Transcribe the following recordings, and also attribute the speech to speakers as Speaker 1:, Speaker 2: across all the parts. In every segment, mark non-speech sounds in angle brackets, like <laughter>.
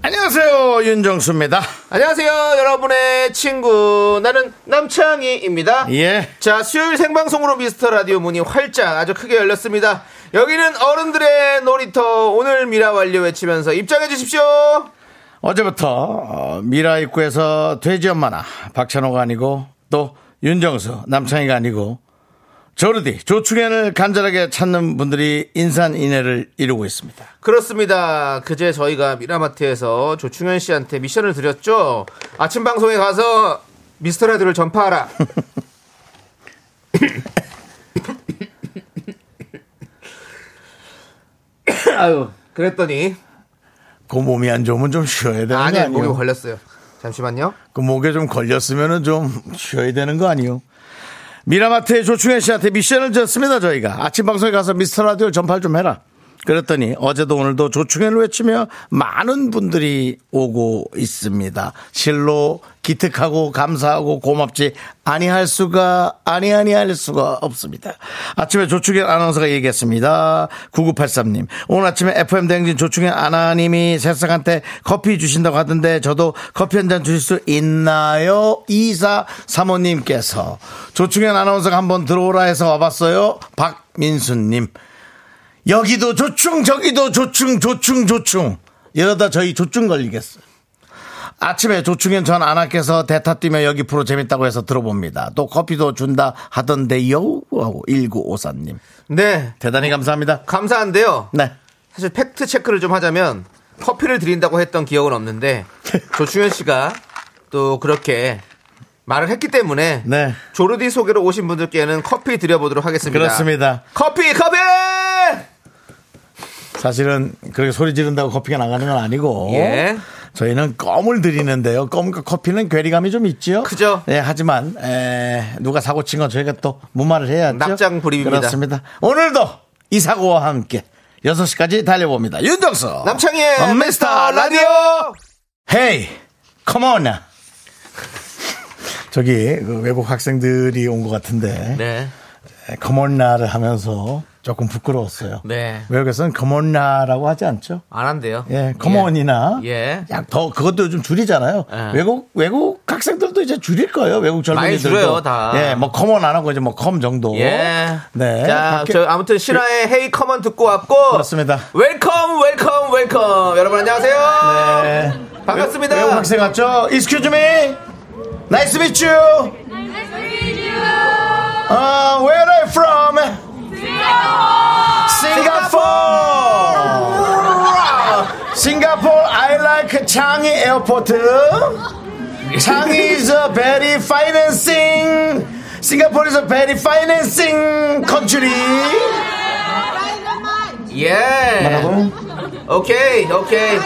Speaker 1: 안녕하세요 윤정수입니다.
Speaker 2: 안녕하세요, 여러분의 친구. 나는 남창희입니다.
Speaker 1: 예.
Speaker 2: 자, 수요일 생방송으로 미스터 라디오 문이 활짝 아주 크게 열렸습니다. 여기는 어른들의 놀이터 오늘 미라 완료 외치면서 입장해 주십시오.
Speaker 1: 어제부터 어, 미라 입구에서 돼지 엄마나 박찬호가 아니고 또 윤정수 남창희가 아니고 저르디 조충현을 간절하게 찾는 분들이 인산인해를 이루고 있습니다.
Speaker 2: 그렇습니다. 그제 저희가 미라마트에서 조충현 씨한테 미션을 드렸죠. 아침 방송에 가서 미스터 라디오를 전파하라. <laughs> 아유, 그랬더니
Speaker 1: 그 몸이 안 좋으면 좀 쉬어야 되는
Speaker 2: 네, 아니,
Speaker 1: 거
Speaker 2: 아니, 목에
Speaker 1: 아니에요?
Speaker 2: 걸렸어요. 잠시만요.
Speaker 1: 그 목에 좀 걸렸으면은 좀 쉬어야 되는 거 아니요? 미라마트의 조충현 씨한테 미션을 줬습니다 저희가 아침 방송에 가서 미스터 라디오 전파를 좀 해라. 그랬더니 어제도 오늘도 조충현을 외치며 많은 분들이 오고 있습니다. 실로 기특하고 감사하고 고맙지 아니할 수가 아니 아니할 수가 없습니다. 아침에 조충현 아나운서가 얘기했습니다. 9983님 오늘 아침에 FM 대행진 조충현 아나님이 새싹한테 커피 주신다고 하던데 저도 커피 한 잔 주실 수 있나요? 이사 사모님께서 조충현 아나운서가 한번 들어오라 해서 와봤어요. 박민수님 여기도 조충 저기도 조충 조충 조충 이러다 저희 조충 걸리겠어요. 아침에 조충현 전 아나께서 대타 뛰며 여기 프로 재밌다고 해서 들어봅니다. 또 커피도 준다 하던데요 하고 1954님
Speaker 2: 네.
Speaker 1: 대단히 감사합니다.
Speaker 2: 감사한데요.
Speaker 1: 네.
Speaker 2: 사실 팩트 체크를 좀 하자면 커피를 드린다고 했던 기억은 없는데 조충현 씨가 또 그렇게 말을 했기 때문에
Speaker 1: 네.
Speaker 2: 조르디 소개로 오신 분들께는 커피 드려보도록 하겠습니다.
Speaker 1: 그렇습니다.
Speaker 2: 커피 커피!
Speaker 1: 사실은 그렇게 소리 지른다고 커피가 나가는 건 아니고
Speaker 2: 예.
Speaker 1: 저희는 껌을 드리는데요. 껌과 커피는 괴리감이 좀 있죠.
Speaker 2: 그죠.
Speaker 1: 예, 하지만 에, 누가 사고 친 건 저희가 또 무마를 해야죠.
Speaker 2: 납작 불입입니다.
Speaker 1: 그렇습니다. 오늘도 이 사고와 함께 6시까지 달려봅니다. 윤정수
Speaker 2: 남창희의
Speaker 1: 어, 미스터
Speaker 2: 미스터 라디오!
Speaker 1: 헤이 컴온 저기 그 외국 학생들이 온 것 같은데
Speaker 2: 네.
Speaker 1: 컴온나를 하면서 조금 부끄러웠어요.
Speaker 2: 네.
Speaker 1: 외국에서는 컴온나라고 하지 않죠.
Speaker 2: 안 한대요.
Speaker 1: 예, 컴온이나
Speaker 2: 예.
Speaker 1: 약더 그것도 요즘 줄이잖아요.
Speaker 2: 예.
Speaker 1: 외국 외국 학생들도 이제 줄일 거예요. 외국 젊은이들도
Speaker 2: 많이 줄여요, 다.
Speaker 1: 예, 뭐 컴온 안 하고 이제 뭐 컴 정도.
Speaker 2: 예.
Speaker 1: 네.
Speaker 2: 자,
Speaker 1: 밖에- 그
Speaker 2: 저 아무튼 신화의 헤이 컴온 듣고 왔고.
Speaker 1: 그렇습니다.
Speaker 2: 웰컴, 웰컴, 웰컴. 여러분 안녕하세요.
Speaker 1: 네.
Speaker 2: 반갑습니다.
Speaker 1: 외국 학생 같죠? Excuse me. Nice to meet you. 아, where are you from? Singapore. Singapore. I like Changi Airport. Changi is a very financing. Singapore is a very financing country.
Speaker 2: 예. 오케이, 오케이.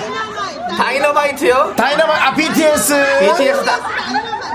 Speaker 2: 다이너마이트요?
Speaker 1: 다이너마이트 아 BTS.
Speaker 2: BTS 다.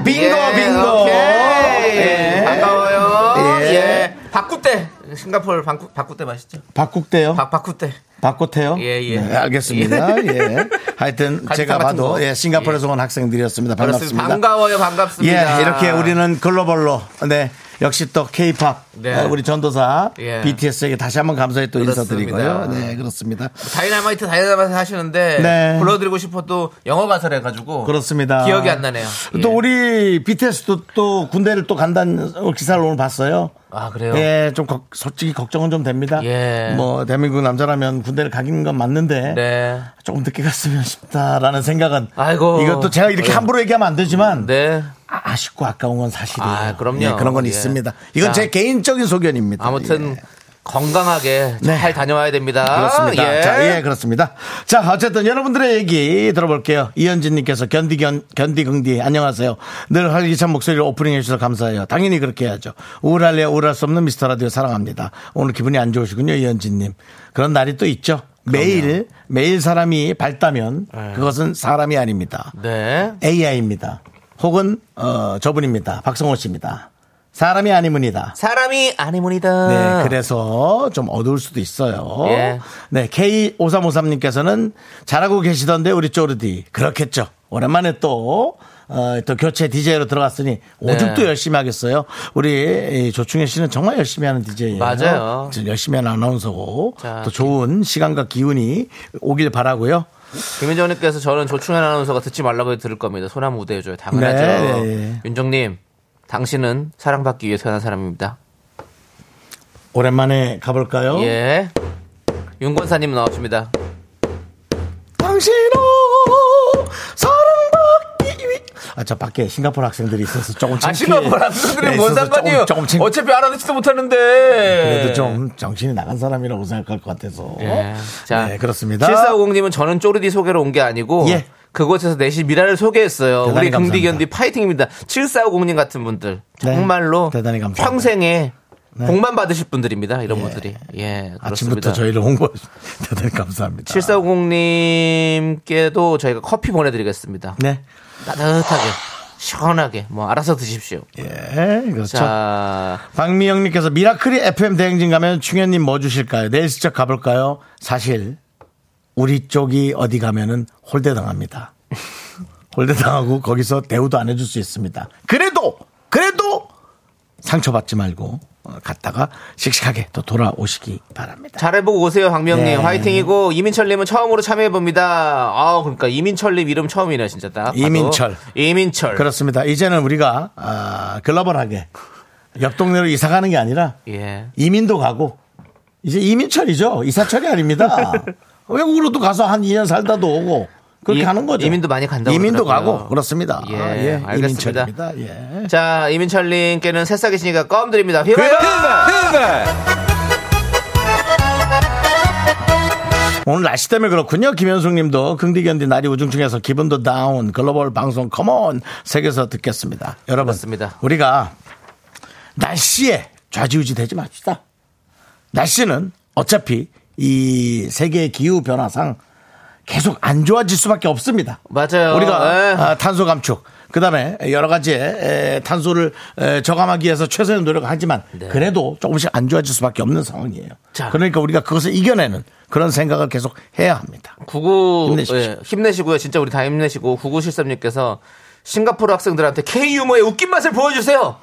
Speaker 1: 빙고
Speaker 2: 예,
Speaker 1: 빙고.
Speaker 2: 오케이.
Speaker 1: 예.
Speaker 2: 아, 반가워요.
Speaker 1: 예.
Speaker 2: 예. 바꾸대. 싱가포르 방구, 바꾸대 맛있죠?
Speaker 1: 바꾸대요.
Speaker 2: 바, 바꾸대.
Speaker 1: 바꿔태요?
Speaker 2: 예, 예.
Speaker 1: 네, 알겠습니다. 예.
Speaker 2: <laughs>
Speaker 1: 하여튼
Speaker 2: 갈비탕
Speaker 1: 제가
Speaker 2: 같은
Speaker 1: 봐도
Speaker 2: 거.
Speaker 1: 예, 싱가포르에서 온 학생들이었습니다. 반갑습니다.
Speaker 2: 그렇습니다. 반가워요, 반갑습니다.
Speaker 1: 예, 이렇게 우리는 글로벌로 네. 역시 또 케이팝
Speaker 2: 네.
Speaker 1: 우리 전도사
Speaker 2: 예.
Speaker 1: BTS에게 다시 한번 감사히 또
Speaker 2: 그렇습니다.
Speaker 1: 인사드리고요. 네, 그렇습니다.
Speaker 2: 다이너마이트 다이너마이트 하시는데
Speaker 1: 네.
Speaker 2: 불러드리고 싶어도 영어 가사를 해가지고
Speaker 1: 그렇습니다.
Speaker 2: 기억이 안 나네요.
Speaker 1: 또
Speaker 2: 예.
Speaker 1: 우리 BTS도 또 군대를 또 간다는 기사를 오늘 봤어요.
Speaker 2: 아 그래요?
Speaker 1: 예, 좀 걱- 솔직히 걱정은 좀 됩니다.
Speaker 2: 예.
Speaker 1: 뭐 대한민국 남자라면 군대를 가기는 건 맞는데
Speaker 2: 네.
Speaker 1: 조금 늦게 갔으면 싶다라는 생각은
Speaker 2: 아이고.
Speaker 1: 이것도 제가 이렇게
Speaker 2: 예.
Speaker 1: 함부로 얘기하면 안 되지만
Speaker 2: 네.
Speaker 1: 아, 아쉽고 아까운 건 사실이에요.
Speaker 2: 아, 그럼요.
Speaker 1: 예, 그런 건
Speaker 2: 예.
Speaker 1: 있습니다. 이건
Speaker 2: 자.
Speaker 1: 제 개인적인 소견입니다.
Speaker 2: 아무튼
Speaker 1: 예.
Speaker 2: 건강하게
Speaker 1: 네.
Speaker 2: 잘 다녀와야 됩니다.
Speaker 1: 그렇습니다.
Speaker 2: 예.
Speaker 1: 자, 예, 그렇습니다. 자, 어쨌든 여러분들의 얘기 들어볼게요. 이현진님께서 견디, 견, 견디, 긍디, 안녕하세요. 늘 활기찬 목소리를 오프닝해주셔서 감사해요. 당연히 그렇게 해야죠. 우울할래야 우울할 수 없는 미스터 라디오 사랑합니다. 오늘 기분이 안 좋으시군요, 이현진님. 그런 날이 또 있죠. 매일 매일 사람이 밝다면 그것은 사람이 아닙니다.
Speaker 2: 네.
Speaker 1: AI입니다. 혹은 어, 저분입니다. 박성호 씨입니다. 사람이 아니문이다.
Speaker 2: 사람이 아니문이다.
Speaker 1: 네, 그래서 좀 어두울 수도 있어요.
Speaker 2: 예.
Speaker 1: 네, K5353님께서는 잘하고 계시던데 우리 쪼르디 그렇겠죠. 오랜만에 또. 어, 또 교체 DJ로 들어갔으니 오죽도
Speaker 2: 네.
Speaker 1: 열심히 하겠어요. 우리 이 조충현 씨는 정말 열심히 하는 DJ예요.
Speaker 2: 맞아요.
Speaker 1: 지금 열심히 하는 아나운서고
Speaker 2: 자,
Speaker 1: 또 좋은 시간과 기운이 오길 바라고요.
Speaker 2: 김현정님께서 저는 조충현 아나운서가 듣지 말라고 들을 겁니다. 소나무 우대해줘요. 당연하죠.
Speaker 1: 네, 네, 네.
Speaker 2: 윤정님, 당신은 사랑받기 위해 태어난 사람입니다.
Speaker 1: 오랜만에 가볼까요?
Speaker 2: 예. 윤권사님 나오십니다.
Speaker 1: 당신은 사랑받기 위해 아저 밖에 싱가포르 학생들이 있어서 조금
Speaker 2: 아,
Speaker 1: 창피해.
Speaker 2: 싱가포르 학생들이
Speaker 1: 네,
Speaker 2: 뭔
Speaker 1: 있어서
Speaker 2: 상관이에요?
Speaker 1: 조금, 조금 창-
Speaker 2: 어차피 알아듣지도 못하는데.
Speaker 1: 그래도 좀 정신이 나간 사람이라고 생각할 것 같아서
Speaker 2: 예. 자,
Speaker 1: 네 그렇습니다
Speaker 2: 7450님은 저는 쪼르디 소개로 온 게 아니고.
Speaker 1: 예.
Speaker 2: 그곳에서 내시 미라를 소개했어요.
Speaker 1: 대단히
Speaker 2: 우리 금디
Speaker 1: 감사합니다.
Speaker 2: 견디 파이팅입니다. 7450님 같은 분들.
Speaker 1: 네,
Speaker 2: 정말로.
Speaker 1: 대단히 감사합니다.
Speaker 2: 평생에
Speaker 1: 네.
Speaker 2: 복만 받으실 분들입니다. 이런
Speaker 1: 예.
Speaker 2: 분들이. 예. 그렇습니다.
Speaker 1: 아침부터 저희를 홍보해 주셔서 대단히 감사합니다
Speaker 2: 7450님께도 저희가 커피 보내드리겠습니다.
Speaker 1: 네
Speaker 2: 따뜻하게, 시원하게, 뭐, 알아서 드십시오.
Speaker 1: 예, 그렇죠.
Speaker 2: 자,
Speaker 1: 박미영님께서 미라클이 FM 대행진 가면 충현님 뭐 주실까요? 내일 직접 가볼까요? 사실 우리 쪽이 어디 가면은 홀대 당합니다. <laughs> 홀대 당하고 거기서 대우도 안 해줄 수 있습니다. 그래도 그래도 상처받지 말고 어, 갔다가 씩씩하게 또 돌아오시기 바랍니다.
Speaker 2: 잘해보고 오세요, 박명님.
Speaker 1: 네.
Speaker 2: 화이팅이고, 이민철님은 처음으로 참여해봅니다. 아 그러니까, 이민철님 이름 처음이네, 진짜 딱. 봐도.
Speaker 1: 이민철.
Speaker 2: 이민철.
Speaker 1: 그렇습니다. 이제는 우리가 아, 글로벌하게 옆 동네로 이사 가는 게 아니라
Speaker 2: 예.
Speaker 1: 이민도 가고 이제 이민철이죠. 이사철이
Speaker 2: <laughs>
Speaker 1: 아닙니다. 외국으로도 가서 한 2년 살다도 오고 그렇게
Speaker 2: 이-
Speaker 1: 하는 거죠.
Speaker 2: 이민도 많이 간다고
Speaker 1: 이민도
Speaker 2: 그러더라고요.
Speaker 1: 가고 그렇습니다.
Speaker 2: 예,
Speaker 1: 아, 예,
Speaker 2: 알겠습니다.
Speaker 1: 이민철입니다. 예.
Speaker 2: 자, 이민철님께는 새싹이시니까 껌 드립니다. 휘발!
Speaker 1: 오늘 날씨 때문에 그렇군요. 김현숙님도 긍디견디 날이 우중충해서 기분도 다운 글로벌 방송 컴온 세계에서 듣겠습니다. 여러분
Speaker 2: 그렇습니다.
Speaker 1: 우리가 날씨에 좌지우지 되지 맙시다. 날씨는 어차피 이 세계 기후 변화상 계속 안 좋아질 수밖에 없습니다.
Speaker 2: 맞아요.
Speaker 1: 우리가
Speaker 2: 예.
Speaker 1: 아, 탄소 감축 그다음에 여러 가지의 에, 탄소를 에, 저감하기 위해서 최선의 노력을 하지만 그래도 조금씩 안 좋아질 수밖에 없는 상황이에요.
Speaker 2: 네. 자.
Speaker 1: 그러니까 우리가 그것을 이겨내는 그런 생각을 계속 해야 합니다.
Speaker 2: 구구
Speaker 1: 힘내십시오.
Speaker 2: 예, 힘내시고요. 진짜 우리 다 힘내시고 9973님께서 싱가포르 학생들한테 K 유머의 웃긴 맛을 보여주세요.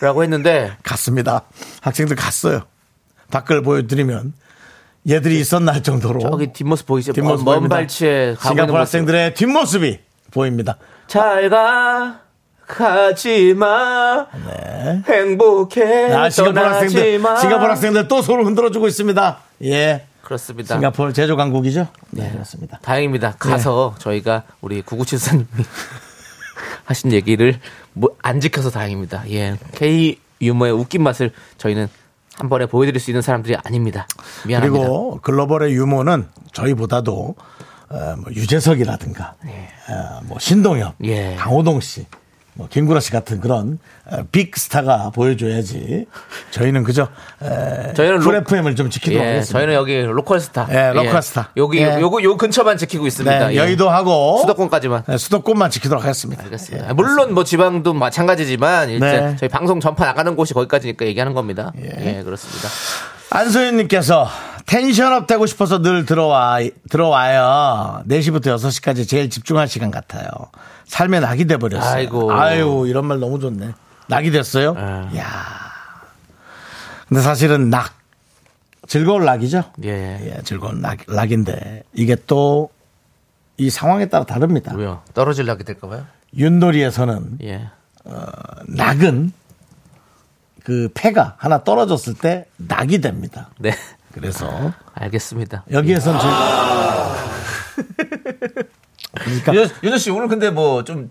Speaker 2: 라고 했는데
Speaker 1: 갔습니다. 학생들 갔어요. 밖을 보여드리면 얘들이 있었나 할 정도로
Speaker 2: 저기 뒷모습 보이시죠?
Speaker 1: 뒷모습
Speaker 2: 먼
Speaker 1: 보입니다.
Speaker 2: 발치에 가고 있는
Speaker 1: 싱가포르
Speaker 2: 모습.
Speaker 1: 학생들의 뒷모습이 보입니다.
Speaker 2: 잘가 가지마
Speaker 1: 네.
Speaker 2: 행복해
Speaker 1: 아, 싱가포르 학생들,
Speaker 2: 네, 떠나지마.
Speaker 1: 싱가포르 학생들 또 손을 흔들어주고 있습니다. 예.
Speaker 2: 그렇습니다.
Speaker 1: 싱가포르 제조 강국이죠? 네, 그렇습니다.
Speaker 2: 다행입니다. 가서 저희가 우리 9973님이 <laughs> 하신 얘기를 뭐 안 지켜서 다행입니다. 예. K 유머의 웃긴 맛을 저희는 한 번에 보여드릴 수 있는 사람들이 아닙니다. 미안합니다.
Speaker 1: 그리고 글로벌의 유머는 저희보다도 어, 뭐 유재석이라든가 어, 뭐 신동엽,
Speaker 2: 예.
Speaker 1: 강호동 씨, 뭐 김구라 씨 같은 그런 어, 빅 스타가 보여줘야지 저희는 그저 에,
Speaker 2: 저희는 로-
Speaker 1: 프레프엠을 좀 지키도록
Speaker 2: 예,
Speaker 1: 하겠습니다.
Speaker 2: 저희는 여기 로컬 스타.
Speaker 1: 예, 로컬 스타.
Speaker 2: 여기
Speaker 1: 예.
Speaker 2: 요거 요 근처만 지키고 있습니다.
Speaker 1: 네,
Speaker 2: 예.
Speaker 1: 여의도하고
Speaker 2: 수도권까지만.
Speaker 1: 네, 수도권만 지키도록 하겠습니다.
Speaker 2: 알겠습니다.
Speaker 1: 예.
Speaker 2: 물론 뭐 지방도 마찬가지지만 일단
Speaker 1: 네.
Speaker 2: 저희 방송 전파 나가는 곳이 거기까지니까 얘기하는 겁니다.
Speaker 1: 예.
Speaker 2: 예 그렇습니다.
Speaker 1: 안소윤님께서 텐션업 되고 싶어서 늘 들어와, 들어와요. 4시부터 6시까지 제일 집중할 시간 같아요. 삶에 낙이 돼버렸어요.
Speaker 2: 아이고.
Speaker 1: 아유, 이런 말 너무 좋네. 낙이 됐어요?
Speaker 2: 예.
Speaker 1: 야 근데 사실은 낙. 즐거운 낙이죠?
Speaker 2: 예.
Speaker 1: 예, 즐거운 낙, 낙인데. 이게 또 이 상황에 따라 다릅니다.
Speaker 2: 왜요? 떨어질라게 될까봐요.
Speaker 1: 윷놀이에서는
Speaker 2: 예.
Speaker 1: 낙은 그 패가 하나 떨어졌을 때 낙이 됩니다.
Speaker 2: 네. <laughs>
Speaker 1: 그래서
Speaker 2: 알겠습니다.
Speaker 1: 여기에선 제 그러니까
Speaker 2: 윤정, 윤정 씨 오늘 근데 뭐 좀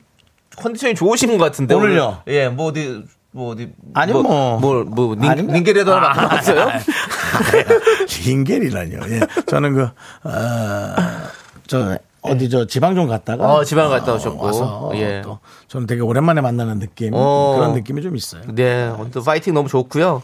Speaker 2: 컨디션이 좋으신 것 같은데
Speaker 1: 오늘요?
Speaker 2: 오늘, 예뭐 어디 뭐 어디
Speaker 1: 아니, 뭐.
Speaker 2: 뭐뭐
Speaker 1: 아닙니다.
Speaker 2: 링겔에도 하나 맞았어요?
Speaker 1: 링겔이라뇨. 예. 저는 그, 어, 저 어디 저 지방 좀 갔다가
Speaker 2: 어, 지방 갔다 오셨고.
Speaker 1: 와서
Speaker 2: 예.
Speaker 1: 또 저는 되게 오랜만에 만나는 느낌
Speaker 2: 어.
Speaker 1: 그런 느낌이 좀 있어요.
Speaker 2: 네, 오늘 또 파이팅 너무 좋고요.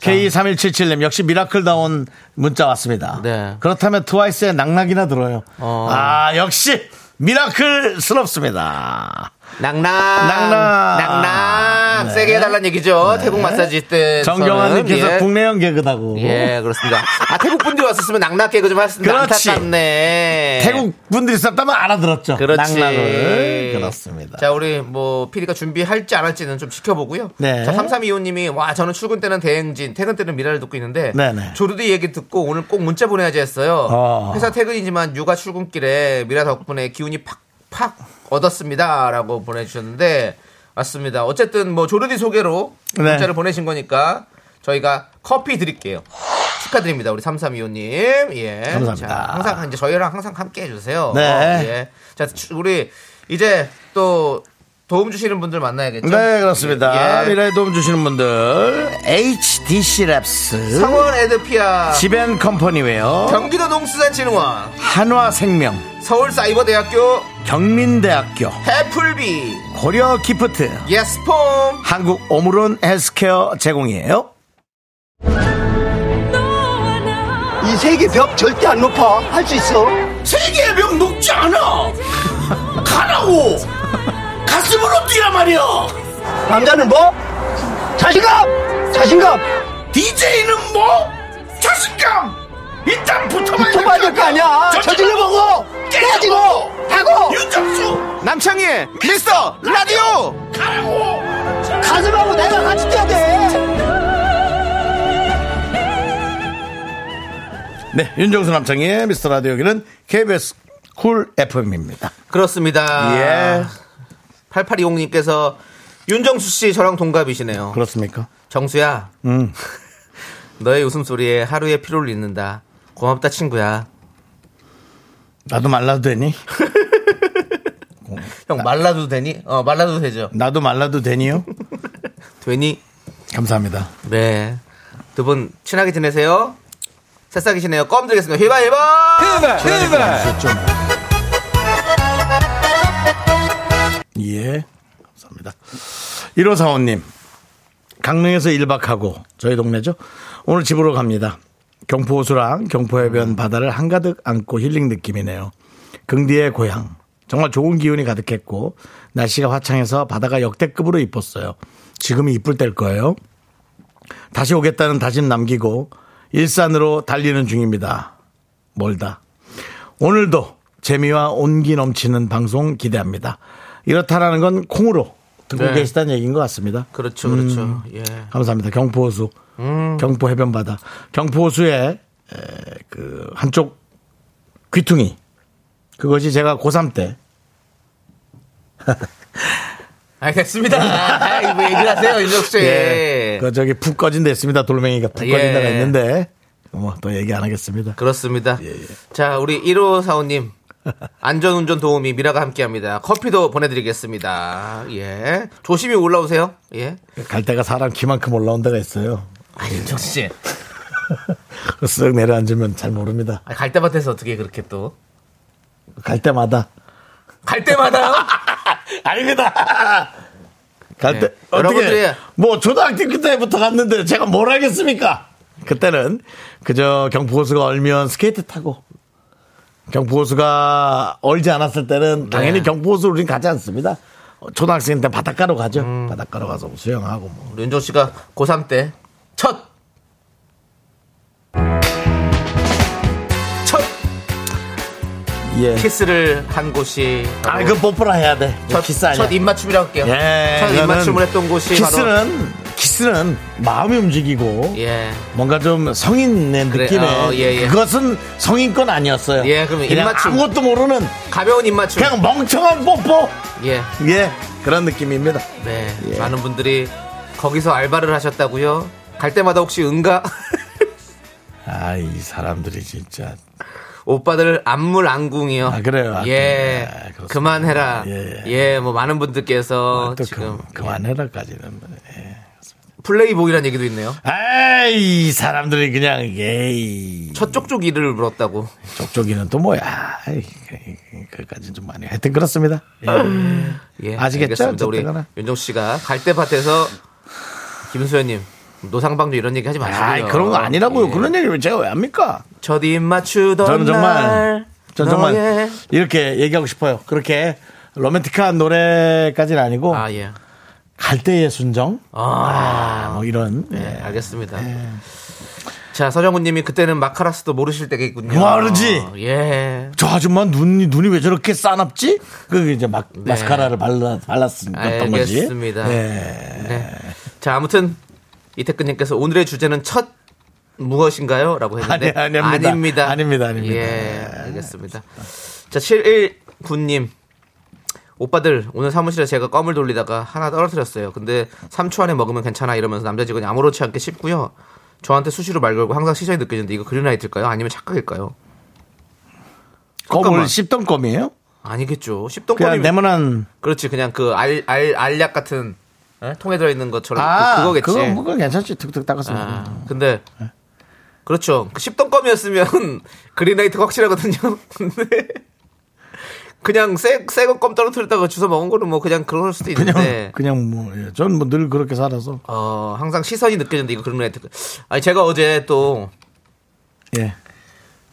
Speaker 1: K3177님 역시 미라클다운 문자 왔습니다.
Speaker 2: 네.
Speaker 1: 그렇다면 트와이스의 낙낙이나 들어요.
Speaker 2: 어.
Speaker 1: 아 역시 미라클스럽습니다.
Speaker 2: 낙낙
Speaker 1: 낙낙.
Speaker 2: 낙낙 세게 해달라는 얘기죠 태국 마사지 때
Speaker 1: 네. 정경환님께서
Speaker 2: 예.
Speaker 1: 국내 연 개그다고.
Speaker 2: 예 그렇습니다 아 태국 분들이 왔었으면 낙낙 개그 좀 하셨는데
Speaker 1: 그렇지.
Speaker 2: 안타깝네
Speaker 1: 태국 분들이 썼다면 알아들었죠.
Speaker 2: 예. 그렇지.
Speaker 1: 낙낙을 그렇습니다.
Speaker 2: 자, 우리 뭐 피디가 준비할지 안 할지는 좀 지켜보고요.
Speaker 1: 네.
Speaker 2: 자, 3325님이 와, 저는 출근 때는 대행진, 퇴근 때는 미라를 듣고 있는데
Speaker 1: 네네.
Speaker 2: 조르디 얘기 듣고 오늘 꼭 문자 보내야지 했어요.
Speaker 1: 어.
Speaker 2: 회사 퇴근이지만 육아 출근길에 미라 덕분에 기운이 팍팍 얻었습니다라고 보내 주셨는데 맞습니다. 어쨌든 뭐 조르디 소개로
Speaker 1: 네.
Speaker 2: 문자를 보내신 거니까 저희가 커피 드릴게요. 축하드립니다. 우리 3325님. 예.
Speaker 1: 감사합니다.
Speaker 2: 자, 항상 이제 저희랑 항상 함께 해주세요.
Speaker 1: 네.
Speaker 2: 어, 예. 자, 추- 우리 이제 또 도움 주시는 분들 만나야겠죠?
Speaker 1: 네 그렇습니다.
Speaker 2: 예.
Speaker 1: 미라에 도움 주시는 분들 HDC 랩스
Speaker 2: 상원 에드피아,
Speaker 1: 지벤컴퍼니웨어
Speaker 2: 경기도 농수산진흥원,
Speaker 1: 한화생명
Speaker 2: 서울사이버대학교,
Speaker 1: 경민대학교
Speaker 2: 해플비,
Speaker 1: 고려기프트
Speaker 2: 예스폼,
Speaker 1: 한국 오므론 헬스케어 제공이에요.
Speaker 3: 이 세계 벽 절대 안 높아. 할 수 있어.
Speaker 1: 세계의 병 녹지 않아. 가라고. 가슴으로 뛰란 말이야.
Speaker 3: 남자는 뭐? 자신감! 자신감!
Speaker 1: DJ는 뭐? 자신감. 일단 붙어봐야
Speaker 3: 붙어봐야 될 거 아니야. 저질러 보고! 깨지고! 하고!
Speaker 1: 윤정수
Speaker 2: 남창희의 미스터 라디오!
Speaker 1: 가라고.
Speaker 3: 가슴하고 내가 같이 뛰어야 돼!
Speaker 1: 네, 윤정수 남창희의 미스터 라디오 여기는 KBS 쿨 FM입니다.
Speaker 2: 그렇습니다.
Speaker 1: 예.
Speaker 2: 8820님께서 윤정수 씨 저랑 동갑이시네요.
Speaker 1: 그렇습니까?
Speaker 2: 정수야.
Speaker 1: 음.
Speaker 2: <laughs> 너의 웃음소리에 하루의 피로를 잊는다. 고맙다 친구야.
Speaker 1: 나도 말라도 되니?
Speaker 2: 형 말라도 되니? 어 말라도 되죠.
Speaker 1: 나도 말라도 되니요?
Speaker 2: 되니?
Speaker 1: 감사합니다.
Speaker 2: 네. 두 분 친하게 지내세요. 새싹이시네요. 껌 드리겠습니다. 휘바 휘바.
Speaker 4: 그러니까
Speaker 1: 예. 감사합니다. 1545님. 강릉에서 1박하고 저희 동네죠. 오늘 집으로 갑니다. 경포 호수랑 경포 해변 바다를 한가득 안고 힐링 느낌이네요. 긍디의 고향. 정말 좋은 기운이 가득했고 날씨가 화창해서 바다가 역대급으로 이뻤어요. 지금이 이쁠 때일 거예요. 다시 오겠다는 다짐 남기고 일산으로 달리는 중입니다. 멀다. 오늘도 재미와 온기 넘치는 방송 기대합니다. 이렇다라는 건 콩으로 듣고
Speaker 2: 네.
Speaker 1: 계시다는 얘기인 것 같습니다.
Speaker 2: 그렇죠, 그렇죠. 예.
Speaker 1: 감사합니다. 경포호수, 경포 해변바다, 경포호수의 에, 그 한쪽 귀퉁이 그것이 제가 고3 때
Speaker 2: 알겠습니다. <laughs> 아이, 왜 얘기를 하세요, 윤정수 씨.
Speaker 1: 그 저기 푹 꺼진 데 있습니다. 돌멩이가 푹
Speaker 2: 예.
Speaker 1: 꺼진 데가 있는데 뭐 또 얘기 안 하겠습니다.
Speaker 2: 그렇습니다. 자, 우리 1호사원님. 안전운전 도우미 미라가 함께 합니다. 커피도 보내드리겠습니다. 예. 조심히 올라오세요. 예.
Speaker 1: 갈 때가 사람 키만큼 올라온 데가 있어요. <laughs>
Speaker 2: 아, 윤정수 씨.
Speaker 1: 쓱 내려앉으면 잘 모릅니다.
Speaker 2: 아, 갈 때밭에서 어떻게 그렇게 또.
Speaker 1: 갈 때마다
Speaker 2: 갈 <laughs> 때마다요?
Speaker 1: 아닙니다. 갈 때.
Speaker 2: 네.
Speaker 1: 어떻게,
Speaker 2: 여러분들이-
Speaker 1: 뭐, 초등학교 때부터 갔는데 제가 뭘 알겠습니까? 그때는 그저 경포호수가 얼면 스케이트 타고 경포호수가 얼지 않았을 때는 당연히
Speaker 2: 네.
Speaker 1: 경포호수로 우린 가지 않습니다. 어, 초등학생 때 바닷가로 가죠.
Speaker 2: 음.
Speaker 1: 바닷가로 가서 뭐 수영하고 뭐.
Speaker 2: 우리 윤정수 씨가 고3 때 첫! 첫!
Speaker 1: 예.
Speaker 2: 키스를 한 곳이
Speaker 1: 아,
Speaker 2: 바로
Speaker 1: 그 뽀뽀라 해야 돼.
Speaker 2: 첫,
Speaker 1: 키스 아니야.
Speaker 2: 첫 입맞춤이라고 할게요.
Speaker 1: 예,
Speaker 2: 첫
Speaker 1: 저는
Speaker 2: 입맞춤을 했던 곳이 바로
Speaker 1: 키스는 키스는 마음이 움직이고
Speaker 2: 예.
Speaker 1: 뭔가 좀 성인의
Speaker 2: 그래,
Speaker 1: 느낌의
Speaker 2: 어, 예, 예.
Speaker 1: 그것은 성인권 아니었어요.
Speaker 2: 예, 그럼
Speaker 1: 그냥
Speaker 2: 입맞춤.
Speaker 1: 아무것도 모르는
Speaker 2: 가벼운 입맞춤.
Speaker 1: 그냥 멍청한 뽀뽀.
Speaker 2: 예.
Speaker 1: 예, 그런 느낌입니다.
Speaker 2: 네.
Speaker 1: 예.
Speaker 2: 많은 분들이 거기서 알바를 하셨다고요. 갈 때마다 혹시 응가 <laughs>
Speaker 1: 아, 이 사람들이 진짜
Speaker 2: 오빠들 안물 안궁이요.
Speaker 1: 아, 그래요. 아,
Speaker 2: 예.
Speaker 1: 아, 그렇습니다.
Speaker 2: 그만해라.
Speaker 1: 예,
Speaker 2: 예.
Speaker 1: 예.
Speaker 2: 뭐 많은 분들께서
Speaker 1: 또
Speaker 2: 어, 지금 예.
Speaker 1: 그, 그만해라까지는. 예.
Speaker 2: 플레이보이란 얘기도 있네요.
Speaker 1: 아이, 이 사람들이 그냥 예이.
Speaker 2: 첫 쪽쪽 이를 물었다고.
Speaker 1: 쪽쪽이는 또 뭐야? 아이, 그- 그까지 좀 많이. 하여튼 그렇습니다. 예.
Speaker 2: 예.
Speaker 1: 아시겠죠?
Speaker 2: 알겠습니다. 우리
Speaker 1: 어쨌거나.
Speaker 2: 윤정 씨가 갈대밭에서 김수현님 뭐 노상방도 이런 얘기 하지 마시고요.
Speaker 1: 아이, 그런 거 아니라고요.
Speaker 2: 예.
Speaker 1: 그런 얘기를 제가 왜 합니까?
Speaker 2: 첫 입맞추던
Speaker 1: 저는 정말,
Speaker 2: 날
Speaker 1: 저는 정말
Speaker 2: 너의-
Speaker 1: 이렇게 얘기하고 싶어요. 그렇게 로맨틱한 노래까지는 아니고
Speaker 2: 아 예.
Speaker 1: 갈 때의 순정,
Speaker 2: 아,
Speaker 1: 뭐 이런.
Speaker 2: 네, 알겠습니다. 자, 서정훈님이 그때는 마카라스도 모르실 때겠군요.
Speaker 1: 모르지.
Speaker 2: 예.
Speaker 1: 저 아줌마 눈이 눈이 왜 저렇게 싸납지? 그 이제 막
Speaker 2: 네.
Speaker 1: 마스카라를 발라 발랐으니까 어떤 거지?
Speaker 2: 알겠습니다.
Speaker 1: 네.
Speaker 2: 네. 자, 아무튼 이태근님께서 오늘의 주제는 첫 무엇인가요? 라고 했는데
Speaker 1: 아니, 아닙니다.
Speaker 2: 아닙니다.
Speaker 1: 아닙니다, 아닙니다. 네.
Speaker 2: 예, 알겠습니다. 자, 719님. 오빠들 오늘 사무실에 제가 껌을 돌리다가 하나 떨어뜨렸어요. 근데 3초 안에 먹으면 괜찮아 이러면서 남자 직원이 아무렇지 않게 씹고요. 저한테 수시로 말 걸고 항상 시선이 느껴지는데 이거 그린라이트일까요? 아니면 착각일까요? 잠깐만.
Speaker 1: 껌을 씹던 껌이에요?
Speaker 2: 아니겠죠. 씹던
Speaker 1: 그냥
Speaker 2: 껌이
Speaker 1: 네모난
Speaker 2: 그렇지 그냥 그 알 알 알약 같은 에? 통에 들어 있는 것처럼 그,
Speaker 1: 아
Speaker 2: 거겠지
Speaker 1: 그거 그거 괜찮지 툭툭 닦아서 먹으면.
Speaker 2: 아, 근데 그렇죠. 그 씹던 껌이었으면 <laughs> 그린라이트가 확실하거든요. <laughs> 근데 그냥 새새껌 떨어뜨렸다가 주워 먹은 거는 뭐 그냥 그럴 수도
Speaker 1: 그냥
Speaker 2: 있는데
Speaker 1: 그냥 뭐전 뭐 늘 그렇게 살아서
Speaker 2: 어 항상 시선이 느껴지는데 이거 그린라이트. 아니 제가 어제
Speaker 1: 예.
Speaker 2: 또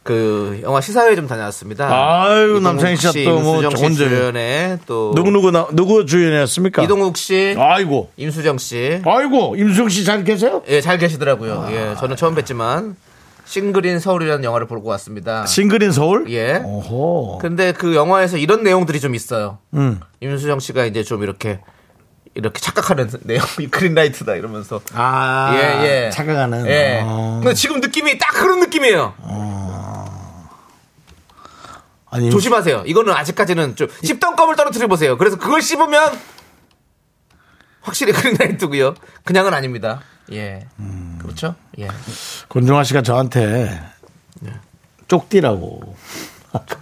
Speaker 2: 그 영화 시사회 좀 다녀왔습니다.
Speaker 1: 아유,
Speaker 2: 이동욱
Speaker 1: 남창희 씨가
Speaker 2: 씨,
Speaker 1: 또뭐
Speaker 2: 임수정 씨
Speaker 1: 좋은 점이-
Speaker 2: 주연의 또
Speaker 1: 누구 누구 나 누구 주연이었습니까?
Speaker 2: 어. 이동욱 씨,
Speaker 1: 아이고
Speaker 2: 임수정 씨
Speaker 1: 아이고 임수정 씨 잘 계세요?
Speaker 2: 예, 잘 계시더라고요. 예, 저는 처음 뵀지만 싱글인 서울이라는 영화를 보고 왔습니다.
Speaker 1: 싱글인 어. 서울?
Speaker 2: 예.
Speaker 1: 오호.
Speaker 2: 근데 그 영화에서 이런 내용들이 좀 있어요.
Speaker 1: 음.
Speaker 2: 임수정 씨가 이제 좀 이렇게 이렇게 착각하는 <laughs> 내용, 이 그린라이트다 이러면서.
Speaker 1: 아
Speaker 2: 예, 예.
Speaker 1: 착각하는.
Speaker 2: 예.
Speaker 1: 어. 음.
Speaker 2: 근데 지금 느낌이 딱 그런 느낌이에요.
Speaker 1: 아니
Speaker 2: 조심하세요. 이거는 아직까지는 좀 씹던 껌을 떨어뜨려 보세요. 그래서 그걸 씹으면 확실히 <laughs> 그린라이트고요. 그냥은 아닙니다. 예.
Speaker 1: 음.
Speaker 2: 그렇죠? 예.
Speaker 1: 권종아 씨가 저한테
Speaker 2: 네. <laughs>
Speaker 1: 쪽띠라고.
Speaker 2: 그러니까.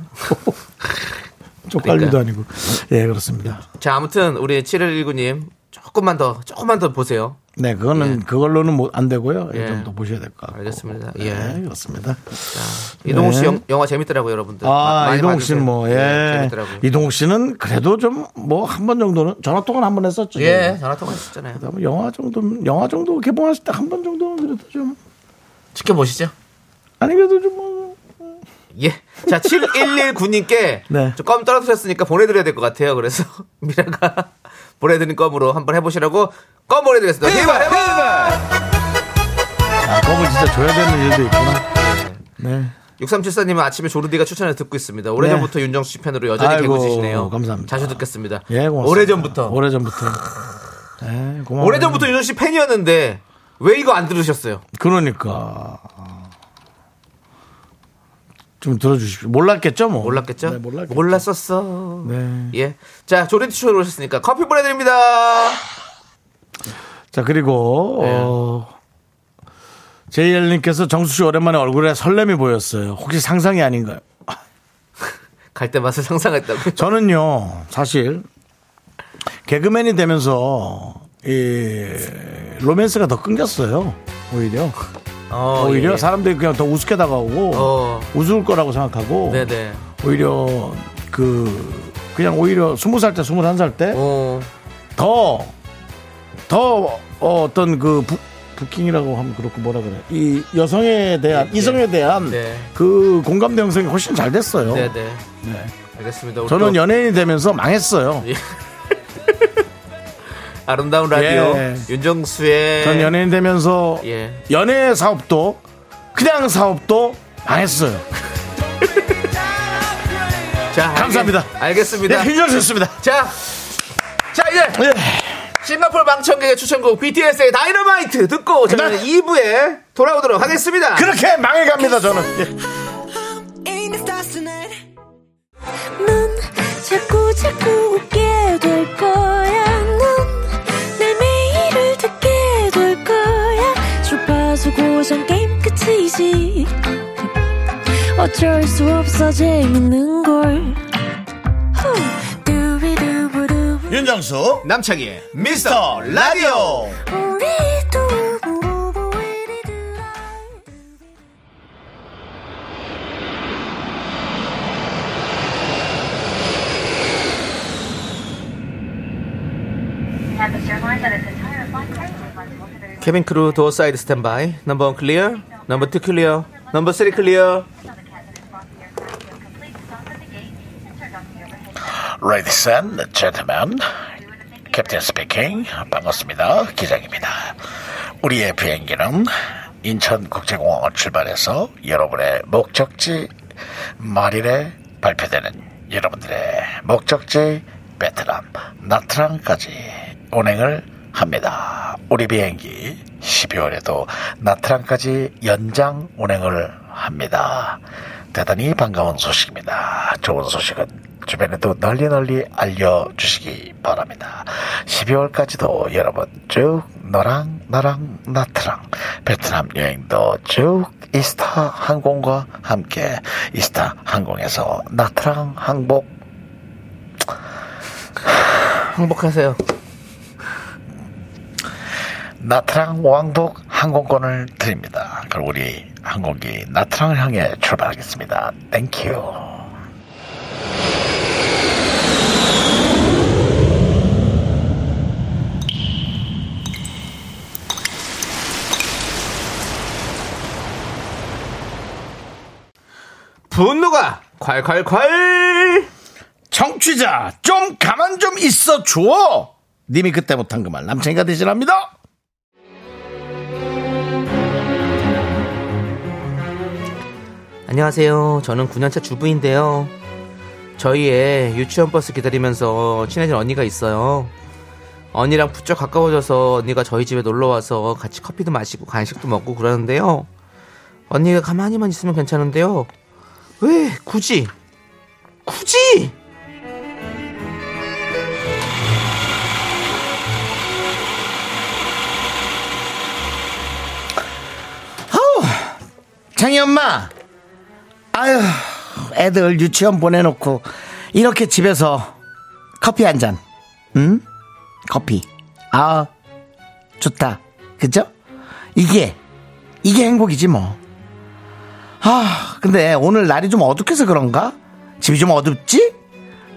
Speaker 1: 쪽팔리도 아니고. 예, 그렇습니다.
Speaker 2: 자, 아무튼 우리 7119님 조금만 더 조금만 더 보세요.
Speaker 1: 네, 그거는 그걸로는 못, 안 되고요.
Speaker 2: 예.
Speaker 1: 좀 더 보셔야 될 것 같고.
Speaker 2: 알겠습니다.
Speaker 1: 네,
Speaker 2: 예.
Speaker 1: 그렇습니다.
Speaker 2: 이동욱 씨
Speaker 1: 네.
Speaker 2: 영, 영화 재밌더라고요, 여러분들. 마-
Speaker 1: 아,
Speaker 2: 많이
Speaker 1: 이동욱 씨는
Speaker 2: 봐주세요.
Speaker 1: 뭐,
Speaker 2: 네,
Speaker 1: 예.
Speaker 2: 재밌더라고요.
Speaker 1: 이동욱 씨는 그래도 좀 뭐 한 번 정도는 전화 통화는 한 번 했었죠.
Speaker 2: 예, 전화 통화했었잖아요.
Speaker 1: 그다음에 영화 정도 영화 정도 개봉했을 때 한 번 정도는 그래도 좀
Speaker 2: 지켜보시죠.
Speaker 1: 아니 그래도 좀뭐
Speaker 2: 예. 자, 7119님께
Speaker 1: <laughs> 네.
Speaker 2: 껌 떨어뜨렸으니까 보내드려야 될 것 같아요. 그래서 <laughs> 미라가 보내드린 껌으로 한번 해보시라고 껌 보내드렸습니다. 해봐, 해봐!
Speaker 1: 아, 그거 진짜 줘야 되는 일도 있구나.
Speaker 2: 예.
Speaker 1: 네.
Speaker 2: 6374님은 아침에 조르디가 추천해서 듣고 있습니다. 오래전부터 윤정수 씨 팬으로 여전히
Speaker 1: 아이고,
Speaker 2: 개구지시네요.
Speaker 1: 감사합니다.
Speaker 2: 자주 듣겠습니다.
Speaker 1: 예, 고맙습니다.
Speaker 2: 오래전부터.
Speaker 1: 오래전부터. 예, 고마워.
Speaker 2: 오래전부터 윤정수 씨 팬이었는데 왜 이거 안 들으셨어요?
Speaker 1: 그러니까 좀 들어주십시오. 몰랐겠죠, 뭐.
Speaker 2: 몰랐겠죠?
Speaker 1: 네, 몰랐겠죠.
Speaker 2: 었어
Speaker 1: 네.
Speaker 2: 예. 자, 조르디 추천으로 오셨으니까 커피 보내드립니다.
Speaker 1: 자 그리고
Speaker 2: 네.
Speaker 1: 어, 제이엘님께서 정수 씨 오랜만에 얼굴에 설렘이 보였어요. 혹시 상상이 아닌가요?
Speaker 2: 갈 때 맛을 상상했다고.
Speaker 1: 저는요 사실 개그맨이 되면서 이 로맨스가 더 끊겼어요. 오히려
Speaker 2: 어,
Speaker 1: 오히려
Speaker 2: 예.
Speaker 1: 사람들이 그냥 더 우습게 다가오고
Speaker 2: 어.
Speaker 1: 우스울 거라고 생각하고
Speaker 2: 네네.
Speaker 1: 오히려 그 그냥 오히려 스무 살 때 스물한 살 때
Speaker 2: 어.
Speaker 1: 더, 더 어, 어떤 그 부, 부킹이라고 하면 그렇고 뭐라 그래. 이 여성에 대한,
Speaker 2: 네.
Speaker 1: 이성에 대한
Speaker 2: 네.
Speaker 1: 그 공감대 형성이 훨씬 잘 됐어요.
Speaker 2: 네네.
Speaker 1: 네.
Speaker 2: 알겠습니다. 우리
Speaker 1: 저는
Speaker 2: 또
Speaker 1: 연예인이 되면서 망했어요.
Speaker 2: 아름다운 라디오
Speaker 1: 예.
Speaker 2: 윤정수의
Speaker 1: 저는 연예인 되면서
Speaker 2: 예.
Speaker 1: 연예 사업도 그냥 사업도 망했어요.
Speaker 2: 자, 알겠-
Speaker 1: 감사합니다.
Speaker 2: 알겠습니다.
Speaker 1: 네, 예. 힘들었습니다.
Speaker 2: 자, 자 이제 싱가포르 방청객의 추천곡 BTS의 다이너마이트 듣고 저는
Speaker 1: 네.
Speaker 2: 2부에 돌아오도록 하겠습니다.
Speaker 1: 그렇게 망해갑니다, 저는. 예.
Speaker 5: Ain't the stars tonight. 넌 자꾸 자꾸 웃게 될 거야. 넌내 매일을 듣게 될 거야. 주파수 고정 게임 끝이지. 어쩔 수 없어 재밌는 걸. 후. 두비두부두부.
Speaker 1: 윤정수,
Speaker 2: 남창희의 미스터 라디오.
Speaker 5: 우리 두부부부 우리 두부부.
Speaker 6: Have the airlines that its entire flight crew was on to look at the
Speaker 2: 케빈 크루 도어 사이드 스탠바이. 넘버 원 클리어. 넘버 투 클리어. 넘버 쓰리 클리어.
Speaker 3: Ladies and gentlemen, 캡틴 스피킹 반갑습니다. 기장입니다. 우리의 비행기는 인천국제공항을 출발해서 여러분의 목적지 말일에 발표되는 여러분들의 목적지 베트남 나트랑까지 운행을 합니다. 우리 비행기 12월에도 나트랑까지 연장 운행을 합니다. 대단히 반가운 소식입니다. 좋은 소식은 주변에도 널리 널리 알려주시기 바랍니다. 12월까지도 여러분 쭉 너랑 나랑 나트랑 베트남 여행도 쭉 이스타 항공과 함께 이스타 항공에서 나트랑 항복
Speaker 2: 행복하세요.
Speaker 3: 나트랑 왕복 항공권을 드립니다. 그럼 우리 항공기 나트랑을 향해 출발하겠습니다. 땡큐.
Speaker 2: 분노가 콸콸콸!
Speaker 1: 청취자 좀 가만 좀 있어 줘. 님이 그때 못한 그 말 남창이가 대신합니다.
Speaker 2: 안녕하세요. 저는 9년차 주부인데요. 저희의 유치원 버스 기다리면서 친해진 언니가 있어요. 언니랑 부쩍 가까워져서 언니가 저희 집에 놀러와서 같이 커피도 마시고 간식도 먹고 그러는데요. 언니가 가만히만 있으면 괜찮은데요. 왜 굳이? 굳이!
Speaker 1: 장희 엄마. 아유, 애들 유치원 보내놓고 이렇게 집에서 커피 한 잔. 응? 커피. 아, 좋다. 그죠? 이게 이게 행복이지 뭐. 아, 근데 오늘 날이 좀 어둑해서 그런가? 집이 좀 어둡지?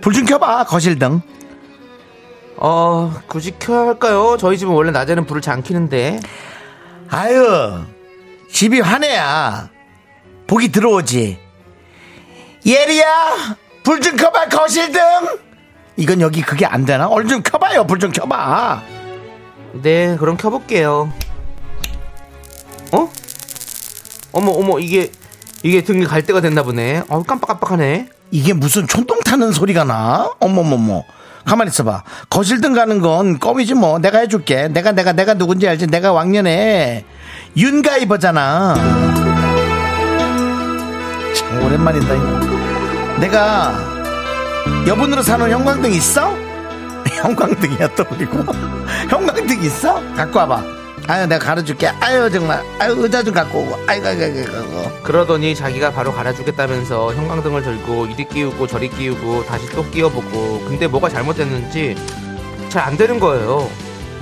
Speaker 1: 불 좀 켜봐 거실 등.
Speaker 2: 어, 굳이 켜야 할까요? 저희 집은 원래 낮에는 불을 잘 안 켜는데.
Speaker 1: 아유, 집이 환해야 복이 들어오지. 예리야, 불 좀 켜봐, 거실등! 이건 여기 그게 안 되나? 얼른 좀 켜봐요, 불 좀 켜봐.
Speaker 2: 네, 그럼 켜볼게요. 어? 어머, 어머, 이게, 이게 등이 갈 때가 됐나 보네. 어, 깜빡깜빡하네.
Speaker 1: 이게 무슨 촌동 타는 소리가 나? 어머머머. 가만 있어봐. 거실등 가는 건 껌이지 뭐. 내가 해줄게. 내가, 내가, 내가 누군지 알지? 내가 왕년에 윤가이버잖아. 참, 오랜만이다, 이거. 내가 여분으로 사는 형광등 있어? <laughs> 형광등이야 또 그리고 <laughs> 형광등 있어? 갖고 와봐. 아유 내가 가르줄게. 아유 정말. 아유 의자 좀 갖고 오고. 아이고 아이고 아이고. 아이고.
Speaker 2: 그러더니 자기가 바로 갈아주겠다면서 형광등을 들고 이리 끼우고 저리 끼우고 다시 또 끼워보고. 근데 뭐가 잘못됐는지 잘 안 되는 거예요.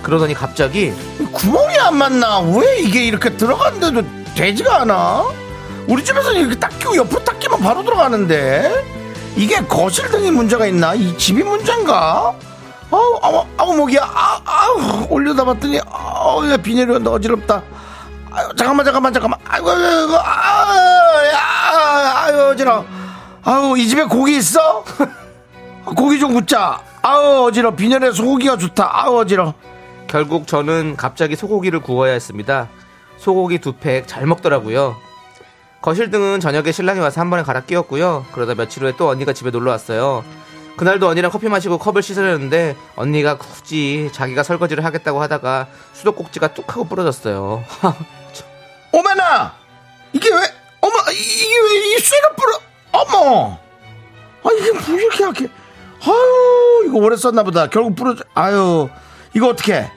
Speaker 2: 그러더니 갑자기
Speaker 1: 구멍이 안 맞나? 왜 이게 이렇게 들어갔는데도 되지가 않아? 우리 집에서는 이렇게 딱 끼고 옆으로 딱 끼면 바로 들어가는데 이게 거실 등이 문제가 있나? 이 집이 문제인가? 아우 아우 아우 목이야 아우, 아우 올려다 봤더니 아우 야, 비 내려온다 어지럽다 아유, 잠깐만 잠깐만 잠깐만 아이고 아이고, 아이고 아유 야, 아유 어지러워 아우 이 집에 고기 있어? <laughs> 아, 고기 좀 굽자 아우 어지러워 비늘에 소고기가 좋다 아우 어지러워
Speaker 2: 결국 저는 갑자기 소고기를 구워야 했습니다. 소고기 두 팩 잘 먹더라고요. 거실 등은 저녁에 신랑이 와서 한 번에 갈아 끼웠고요. 그러다 며칠 후에 또 언니가 집에 놀러 왔어요. 그날도 언니랑 커피 마시고 컵을 씻으려는데 언니가 굳이 자기가 설거지를 하겠다고 하다가 수도꼭지가 뚝 하고 부러졌어요. <laughs>
Speaker 1: 오메나 이게 왜 어머 이- 이게 왜 이 쇠가 불어 어머 아 이게 뭐 이렇게 약해 아유 이거 오래 썼나 보다 결국 부러 아유 이거 어떻게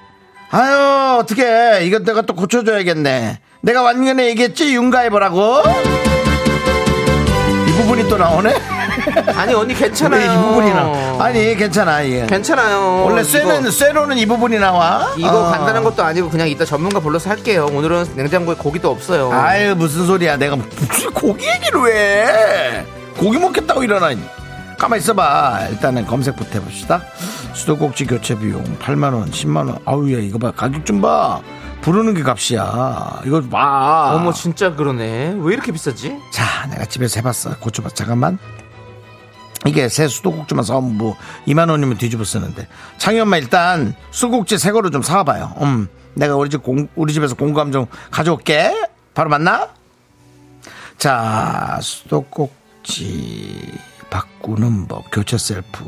Speaker 1: 아유 어떻게 이거 내가 또 고쳐줘야겠네 내가 완전히 얘기했지 윤가이버라고 이 부분이 또 나오네
Speaker 2: 아니 언니 괜찮아요.
Speaker 1: <laughs> 왜이 부분이 나 아니 괜찮아 이게
Speaker 2: 괜찮아요.
Speaker 1: 원래
Speaker 2: 이거-
Speaker 1: 쇠는 쇠로는 이 부분이 나와
Speaker 2: 이거
Speaker 1: 어.
Speaker 2: 간단한 것도 아니고 그냥 이따 전문가 불러서 할게요. 오늘은 냉장고에 고기도 없어요.
Speaker 1: 아유 무슨 소리야 내가 무슨 고기 얘기를 왜 고기 먹겠다고 일어나니 가만 있어봐 일단은 검색부터 해봅시다 수도꼭지 교체 비용 8만원 10만원 아우야 이거 봐 가격 좀봐 부르는 게 값이야. 이걸 봐.
Speaker 2: 어머 진짜 그러네. 왜 이렇게 비싸지?
Speaker 1: 자, 내가 집에서 해봤어. 고추밥 잠깐만. 이게 새 수도꼭지만 사오면 뭐 2만 원이면 뒤집어 쓰는데 창희 엄마 일단 수도꼭지 새 거로 좀 사와봐요. 음, 내가 우리 집 공, 우리 집에서 공감 좀 가져올게. 바로 만나. 자, 수도꼭지 바꾸는 법 교체 셀프.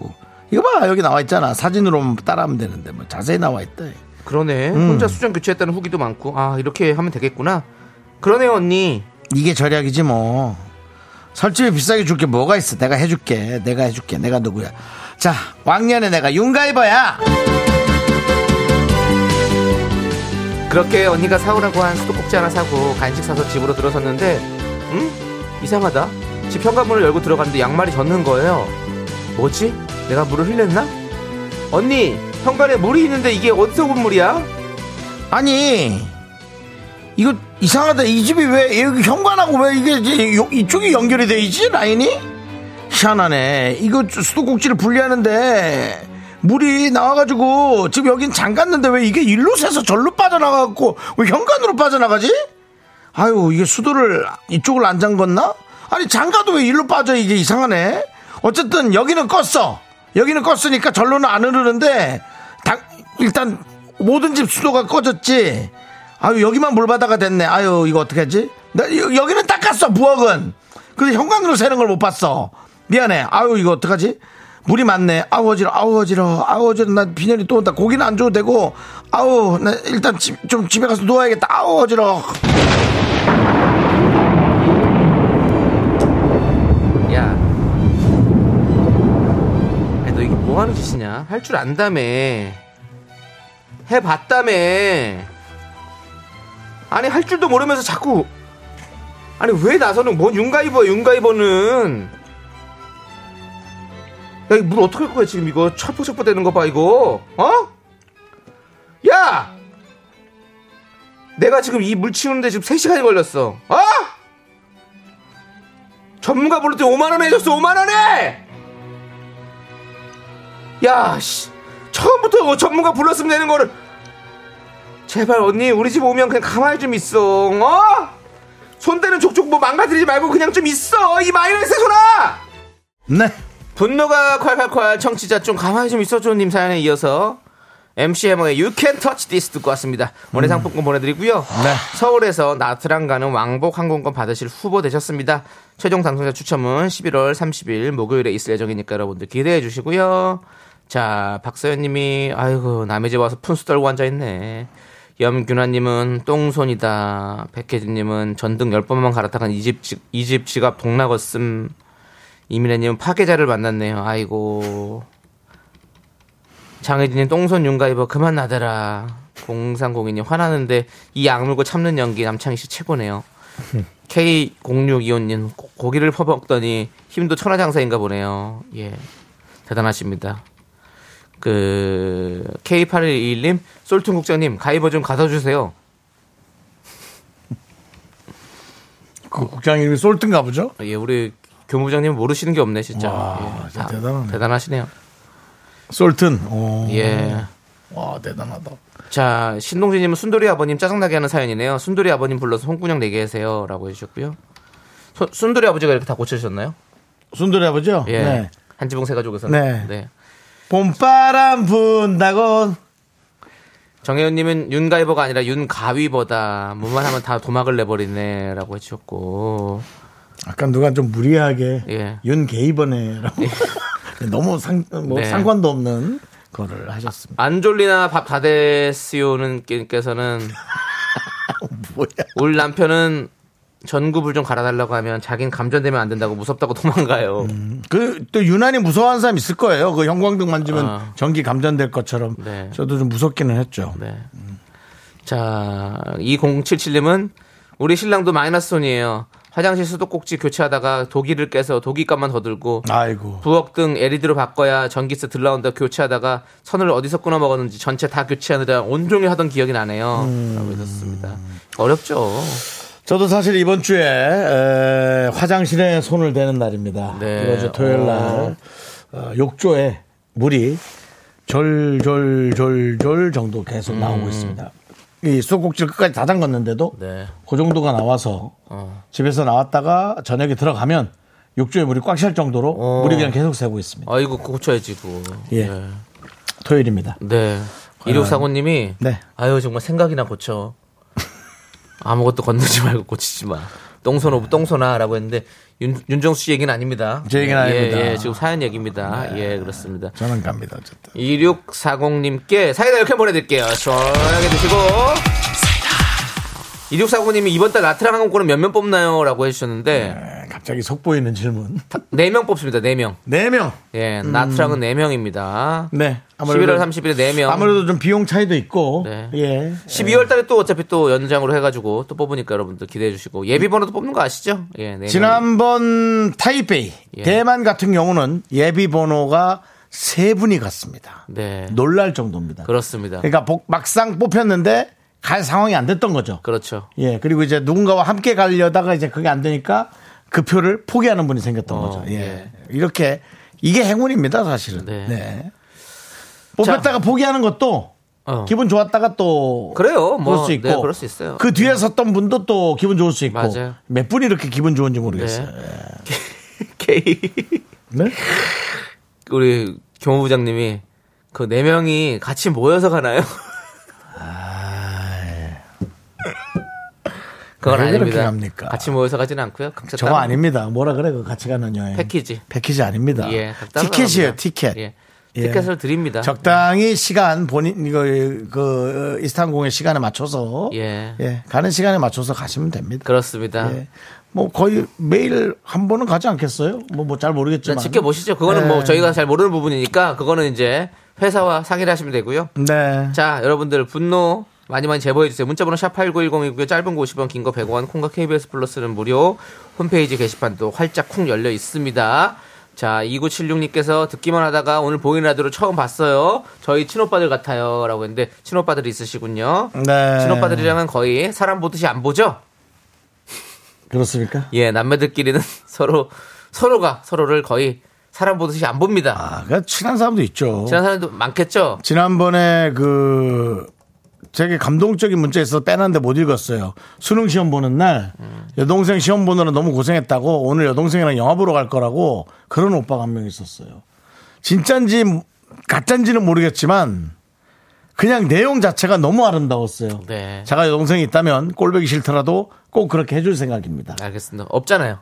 Speaker 1: 이거 봐 여기 나와 있잖아. 사진으로 따라하면 되는데 뭐 자세히 나와 있다.
Speaker 2: 그러네. 혼자 수전 교체했다는 후기도 많고. 아 이렇게 하면 되겠구나. 그러네요 언니.
Speaker 1: 이게 절약이지 뭐. 설치비 비싸게 줄 게 뭐가 있어? 내가 해줄게. 내가 해줄게. 내가 누구야? 자, 왕년에 내가 윤가이버야.
Speaker 2: 그렇게 언니가 사오라고 한 수도꼭지 하나 사고 간식 사서 집으로 들어섰는데 음? 이상하다 집 현관문을 열고 들어갔는데 양말이 젖는 거예요 뭐지? 내가 물을 흘렸나? 언니 현관에 물이 있는데 이게 어디서 온 물이야?
Speaker 1: 아니, 이거 이상하다. 이 집이 왜 여기 현관하고 왜 이게 이제 요- 이쪽이 연결이 돼 있지 라인이? 희한하네. 이거 수도꼭지를 분리하는데 물이 나와가지고 지금 여긴 잠갔는데 왜 이게 일로 새서 절로 빠져나가고 왜 현관으로 빠져나가지? 아유 이게 수도를 이쪽을 안 잠궜나? 아니 잠가도 왜 일로 빠져 이게 이상하네. 어쨌든 여기는 껐어. 여기는 껐으니까 절로는 안 흐르는데 당- 일단 모든 집 수도가 꺼졌지. 아유 여기만 물바다가 됐네. 아유 이거 어떻게 하지? 나 여- 여기는 닦았어 부엌은. 근데 현관으로 새는 걸 못 봤어. 미안해. 아유 이거 어떡하지? 물이 많네. 아우 어지러. 아우 어지러. 아우 어지러. 나 빈혈이 또 온다. 고기는 안 줘도 되고. 아우 나 일단 집, 좀 집에 가서 누워야겠다. 아우 어지러.
Speaker 2: 야, 아니, 너 이게 뭐 하는 짓이냐? 할 줄 안다며. 해봤다며. 아니, 할 줄도 모르면서 자꾸. 아니, 왜 나서는, 뭔 윤가이버야, 윤가이버는. 야, 이 물 어떻게 할 거야, 지금 이거? 철포철포 되는 거 봐, 이거. 어? 야! 내가 지금 이 물 치우는데 지금 3시간이 걸렸어. 어? 전문가 부르더니 5만원 해줬어 5만원에 야씨 처음부터 그 전문가 불렀으면 되는 거를 제발 언니 우리 집 오면 그냥 가만히 좀 있어 어? 손대는 족족 뭐 망가뜨리지 말고 그냥 좀 있어 이 마이너스 손아
Speaker 1: 네.
Speaker 2: 분노가 콸콸콸 청취자 좀 가만히 좀 있어줘님 사연에 이어서 MC 해머의 You Can Touch This 듣고 왔습니다. 원예 상품권 보내드리고요. 서울에서 나트랑 가는 왕복 항공권 받으실 후보 되셨습니다. 최종 당첨자 추첨은 11월 30일 목요일에 있을 예정이니까 여러분들 기대해 주시고요. 자 박서연님이 아이고 남의 집 와서 푼수 떨고 앉아있네. 염균아님은 똥손이다. 백혜진님은 전등 10번만 갈아타간 이집 이집 지갑 동나겄음. 이민혜님은 파괴자를 만났네요. 아이고. 장혜진님 똥손 윤가이버 그만 나대라. 공상공인님 화나는데 이 악물고 참는 연기 남창희
Speaker 1: <laughs>
Speaker 2: 씨 최고네요. K0625님 고기를 퍼먹더니 힘도 천하장사인가 보네요. 예. 대단하십니다. 그 K8121님 솔퉁 국장님 가이버 좀 가져주세요.
Speaker 1: 그 국장 이름이 솔트인가 보죠?
Speaker 2: 예, 우리 교무장님 모르시는 게 없네 진짜.
Speaker 1: 와,
Speaker 2: 예.
Speaker 1: 진짜
Speaker 2: 아,
Speaker 1: 대단하네.
Speaker 2: 대단하시네요.
Speaker 1: 솔튼. 오.
Speaker 2: 예.
Speaker 1: 음. 와 대단하다.
Speaker 2: 자, 신동진님은 순돌이 아버님 짜증나게 하는 사연이네요. 순돌이 아버님 불러서 홍군형 내게 하세요. 라고 해주셨고요. 손- 순돌이 아버지가 이렇게 다 고쳐주셨나요?
Speaker 1: 순돌이 아버지요?
Speaker 2: 예.
Speaker 1: 네.
Speaker 2: 한지봉 세 가족에서.
Speaker 1: 네. 봄바람 분다고.
Speaker 2: 정혜윤님은 윤가이버가 아니라 윤가위버다. 뭐만 하면 다 도막을 내버리네. 라고 해주셨고.
Speaker 1: 아까 누가 좀 무리하게
Speaker 2: 예.
Speaker 1: 윤게이버네라고 <laughs> 너무 상, 뭐
Speaker 2: 네.
Speaker 1: 상관도 없는 거를 하셨습니다.
Speaker 2: 안졸리나 밥
Speaker 1: <laughs>
Speaker 2: 다데스요는께서는
Speaker 1: 어, 뭐야?
Speaker 2: 울 남편은 전구불 좀 갈아달라고 하면 자긴 감전되면 안 된다고 무섭다고 도망가요.
Speaker 1: 그 또 유난히 무서워하는 사람 있을 거예요. 그 형광등 만지면
Speaker 2: 아.
Speaker 1: 전기 감전될 것처럼.
Speaker 2: 네.
Speaker 1: 저도 좀 무섭기는 했죠.
Speaker 2: 네. 자, 2077님은 우리 신랑도 마이너스 손이에요. 화장실 수도꼭지 교체하다가 도기를 깨서 도기값만 더 들고
Speaker 1: 아이고.
Speaker 2: 부엌 등 LED로 바꿔야 전기세 들라운드 교체하다가 선을 어디서 끊어 먹었는지 전체 다 교체하느라 온종일 하던 기억이 나네요. 라고 해줬습니다. 어렵죠.
Speaker 1: 저도 사실 이번 주에 에, 화장실에 손을 대는 날입니다.
Speaker 2: 네.
Speaker 1: 이번 주 토요일 날
Speaker 2: 어.
Speaker 1: 어, 욕조에 물이 절절절절 정도 계속 나오고 있습니다. 이 소꼭지를 끝까지 다 잠갔는데도
Speaker 2: 음. 네. 어.
Speaker 1: 그 정도가 나와서 집에서 나왔다가 저녁에 들어가면 욕조에 물이 꽉 찰 정도로
Speaker 2: 어.
Speaker 1: 물이 그냥 계속 새고 있습니다.
Speaker 2: 아이고 그거 고쳐야지 그.
Speaker 1: 예. 토요일입니다.
Speaker 2: 네. 일육사고님이
Speaker 1: 네.
Speaker 2: 아유 정말 생각이나 고쳐. 아무것도 건들지 말고 고치지 마. 똥손 오브 똥손아라고 했는데 윤, 윤정수 씨 얘기는 아닙니다.
Speaker 1: 제 얘기는
Speaker 2: 예,
Speaker 1: 아닙니다. 아, 네.
Speaker 2: 예, 지금 사연 얘기입니다. 예, 그렇습니다.
Speaker 1: 저는 갑니다. 어쨌든.
Speaker 2: 2640님께 사이다 이렇게 보내드릴게요. 시원하게 드시고. 2640님이 이번 달 나트랑 항공권은 몇 명 뽑나요? 라고 해주셨는데,
Speaker 1: 에, 네, 갑자기 속보이는 질문. <laughs>
Speaker 2: 네 명 뽑습니다. 네명
Speaker 1: 네 명. 네,
Speaker 2: 예, 나트랑은 네명입니다 11월 30일에 네명
Speaker 1: 음. 아무래도 좀 비용 차이도 있고.
Speaker 2: 네.
Speaker 1: 예.
Speaker 2: 12월 달에 또 어차피 또 연장으로 해가지고 또 뽑으니까 여러분들 기대해 주시고 예비번호도 뽑는 거 아시죠? 예, 네 명.
Speaker 1: 지난번 타이베이
Speaker 2: 예.
Speaker 1: 대만 같은 경우는 예비 번호가 세 분이 갔습니다.
Speaker 2: 네.
Speaker 1: 놀랄 정도입니다.
Speaker 2: 그렇습니다.
Speaker 1: 그러니까 복- 막상 뽑혔는데 갈 상황이 안 됐던 거죠.
Speaker 2: 그렇죠.
Speaker 1: 예. 그리고 이제 누군가와 함께 가려다가 이제 그게 안 되니까 그 표를 포기하는 분이 생겼던
Speaker 2: 어,
Speaker 1: 거죠. 예.
Speaker 2: 예.
Speaker 1: 이렇게 이게 행운입니다, 사실은.
Speaker 2: 네.
Speaker 1: 네. 뽑혔다가 포기하는 것도
Speaker 2: 어.
Speaker 1: 기분 좋았다가 또
Speaker 2: 그래요. 뭐,
Speaker 1: 그럴 수 있고
Speaker 2: 네, 그럴 수 있어요.
Speaker 1: 그 뒤에 섰던 분도 또 기분 좋을 수 있고
Speaker 2: 맞아요.
Speaker 1: 몇 분이 이렇게 기분 좋은지
Speaker 2: 네.
Speaker 1: 모르겠어요.
Speaker 2: K <laughs>
Speaker 1: 네?
Speaker 2: 우리 경호부장님이 그 네 명이 같이 모여서 가나요? 그건
Speaker 1: 아, 예. 왜 그렇게
Speaker 2: 아닙니다.
Speaker 1: 갑니까?
Speaker 2: 같이 모여서 가진 않고요. 각자
Speaker 1: 저거
Speaker 2: 따로
Speaker 1: 아닙니다. 뭐라 그래 그 같이 가는 여행.
Speaker 2: 패키지.
Speaker 1: 패키지 아닙니다.
Speaker 2: 예, 따로
Speaker 1: 티켓이에요,
Speaker 2: 나갑니다.
Speaker 1: 티켓.
Speaker 2: 예.
Speaker 1: 예.
Speaker 2: 티켓을 드립니다.
Speaker 1: 적당히 시간 본인 이거 그 이스탄공의 시간에 맞춰서
Speaker 2: 예. 아.
Speaker 1: 가는 시간에 맞춰서 가시면 됩니다.
Speaker 2: 그렇습니다.
Speaker 1: 예. 뭐 거의 매일 한 번은 가지 않겠어요? 뭐 잘 모르겠지만
Speaker 2: 일단 지켜보시죠. 그거는
Speaker 1: 예.
Speaker 2: 뭐 저희가 잘 모르는 부분이니까 그거는 이제 회사와 상의를 하시면 되고요.
Speaker 1: 네.
Speaker 2: 자, 여러분들 분노 많이 많이 제보해 주세요. 문자번호 샵 8910이고요. 짧은 거 50원, 긴 거 100원, 콩과 KBS 플러스는 무료. 홈페이지 게시판도 활짝 쿵 열려 있습니다. 자, 2976님께서 듣기만 하다가 오늘 보이는 라디오로 처음 봤어요. 저희 친오빠들 같아요. 라고 했는데, 친오빠들이 있으시군요.
Speaker 1: 네.
Speaker 2: 친오빠들이랑은 거의 사람 보듯이 안 보죠?
Speaker 1: 그렇습니까?
Speaker 2: 예, 남매들끼리는 <laughs> 서로, 서로가 서로를 거의 사람 보듯이 안 봅니다.
Speaker 1: 아, 그 친한 사람도 있죠.
Speaker 2: 지난 사람도 많겠죠?
Speaker 1: 지난번에 그 되게 감동적인 문자 있어서 빼놨는데 못 읽었어요. 수능 시험 보는 날 여동생 시험 보느라 너무 고생했다고 오늘 여동생이랑 영화 보러 갈 거라고 그런 오빠가 한 명 있었어요. 진짠지 가짠지는 모르겠지만 그냥 내용 자체가 너무 아름다웠어요.
Speaker 2: 네.
Speaker 1: 제가 여동생이 있다면 꼴보기 싫더라도 꼭 그렇게 해줄 생각입니다.
Speaker 2: 알겠습니다. 없잖아요.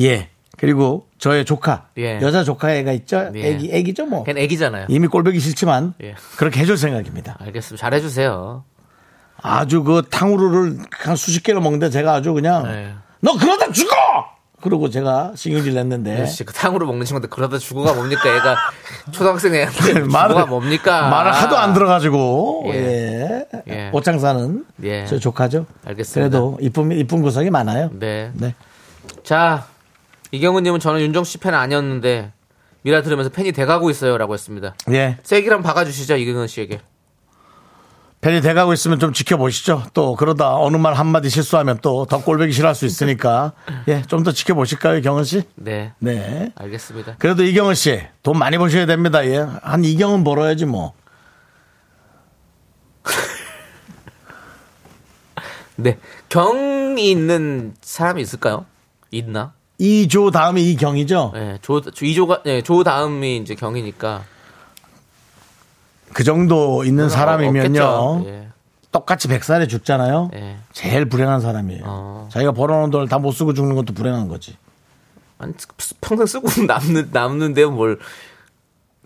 Speaker 1: 예. 그리고 저의 조카
Speaker 2: 예.
Speaker 1: 여자 조카애가 있죠.
Speaker 2: 예.
Speaker 1: 애기 애기죠 뭐.
Speaker 2: 걔는 애기잖아요.
Speaker 1: 이미 꼴보기 싫지만
Speaker 2: 예.
Speaker 1: 그렇게 해줄 생각입니다.
Speaker 2: 알겠습니다. 잘해주세요.
Speaker 1: 아주 그 탕후루를 한 수십 개를 먹는데 제가 아주 그냥
Speaker 2: 네.
Speaker 1: 너 그러다 죽어! 그러고 제가 신경질 냈는데 <laughs>
Speaker 2: 역시 그 탕으로 먹는 친구들 그러다 죽어가 뭡니까? 얘가 초등학생 애한테 죽어가
Speaker 1: 그 네, 말을
Speaker 2: 뭡니까?
Speaker 1: 말을 하도 안 들어가지고
Speaker 2: 예.
Speaker 1: 예.
Speaker 2: 예.
Speaker 1: 오창사는
Speaker 2: 예.
Speaker 1: 저 조카죠.
Speaker 2: 알겠습니다.
Speaker 1: 그래도 이쁨 이쁜 구석이 많아요.
Speaker 2: 네.
Speaker 1: 네.
Speaker 2: 자, 이경은님은 저는 윤정 씨 팬 아니었는데 미라 들으면서 팬이 돼가고 있어요라고 했습니다.
Speaker 1: 예.
Speaker 2: 세기랑 박아주시죠 이경은 씨에게.
Speaker 1: 팬이 돼가고 있으면 좀 지켜보시죠. 또 그러다 어느 말 한마디 실수하면 또 더 꼴배기 싫어할 수 있으니까 예. 좀 더 지켜보실까요, 경은 씨?
Speaker 2: 네.
Speaker 1: 네.
Speaker 2: 알겠습니다.
Speaker 1: 그래도 이경은 씨, 돈 많이 버셔야 됩니다. 예. 한 이경은 벌어야지 뭐.
Speaker 2: 네. 경이 있는 사람이 있을까요? 있나?
Speaker 1: 이조 다음에 이경이죠.
Speaker 2: 예, 조, 조 이조가 예, 조 다음이 이제 경이니까
Speaker 1: 그 정도 있는 사람이면요.
Speaker 2: 어, 없겠죠. 예.
Speaker 1: 똑같이 백살에 죽잖아요.
Speaker 2: 예.
Speaker 1: 제일 불행한 사람이에요.
Speaker 2: 어.
Speaker 1: 자기가 벌어놓은 돈을 다 못 쓰고 죽는 것도 불행한 거지.
Speaker 2: 아니, 쓰- 평생 쓰고 <laughs> 남는 남는데요 뭘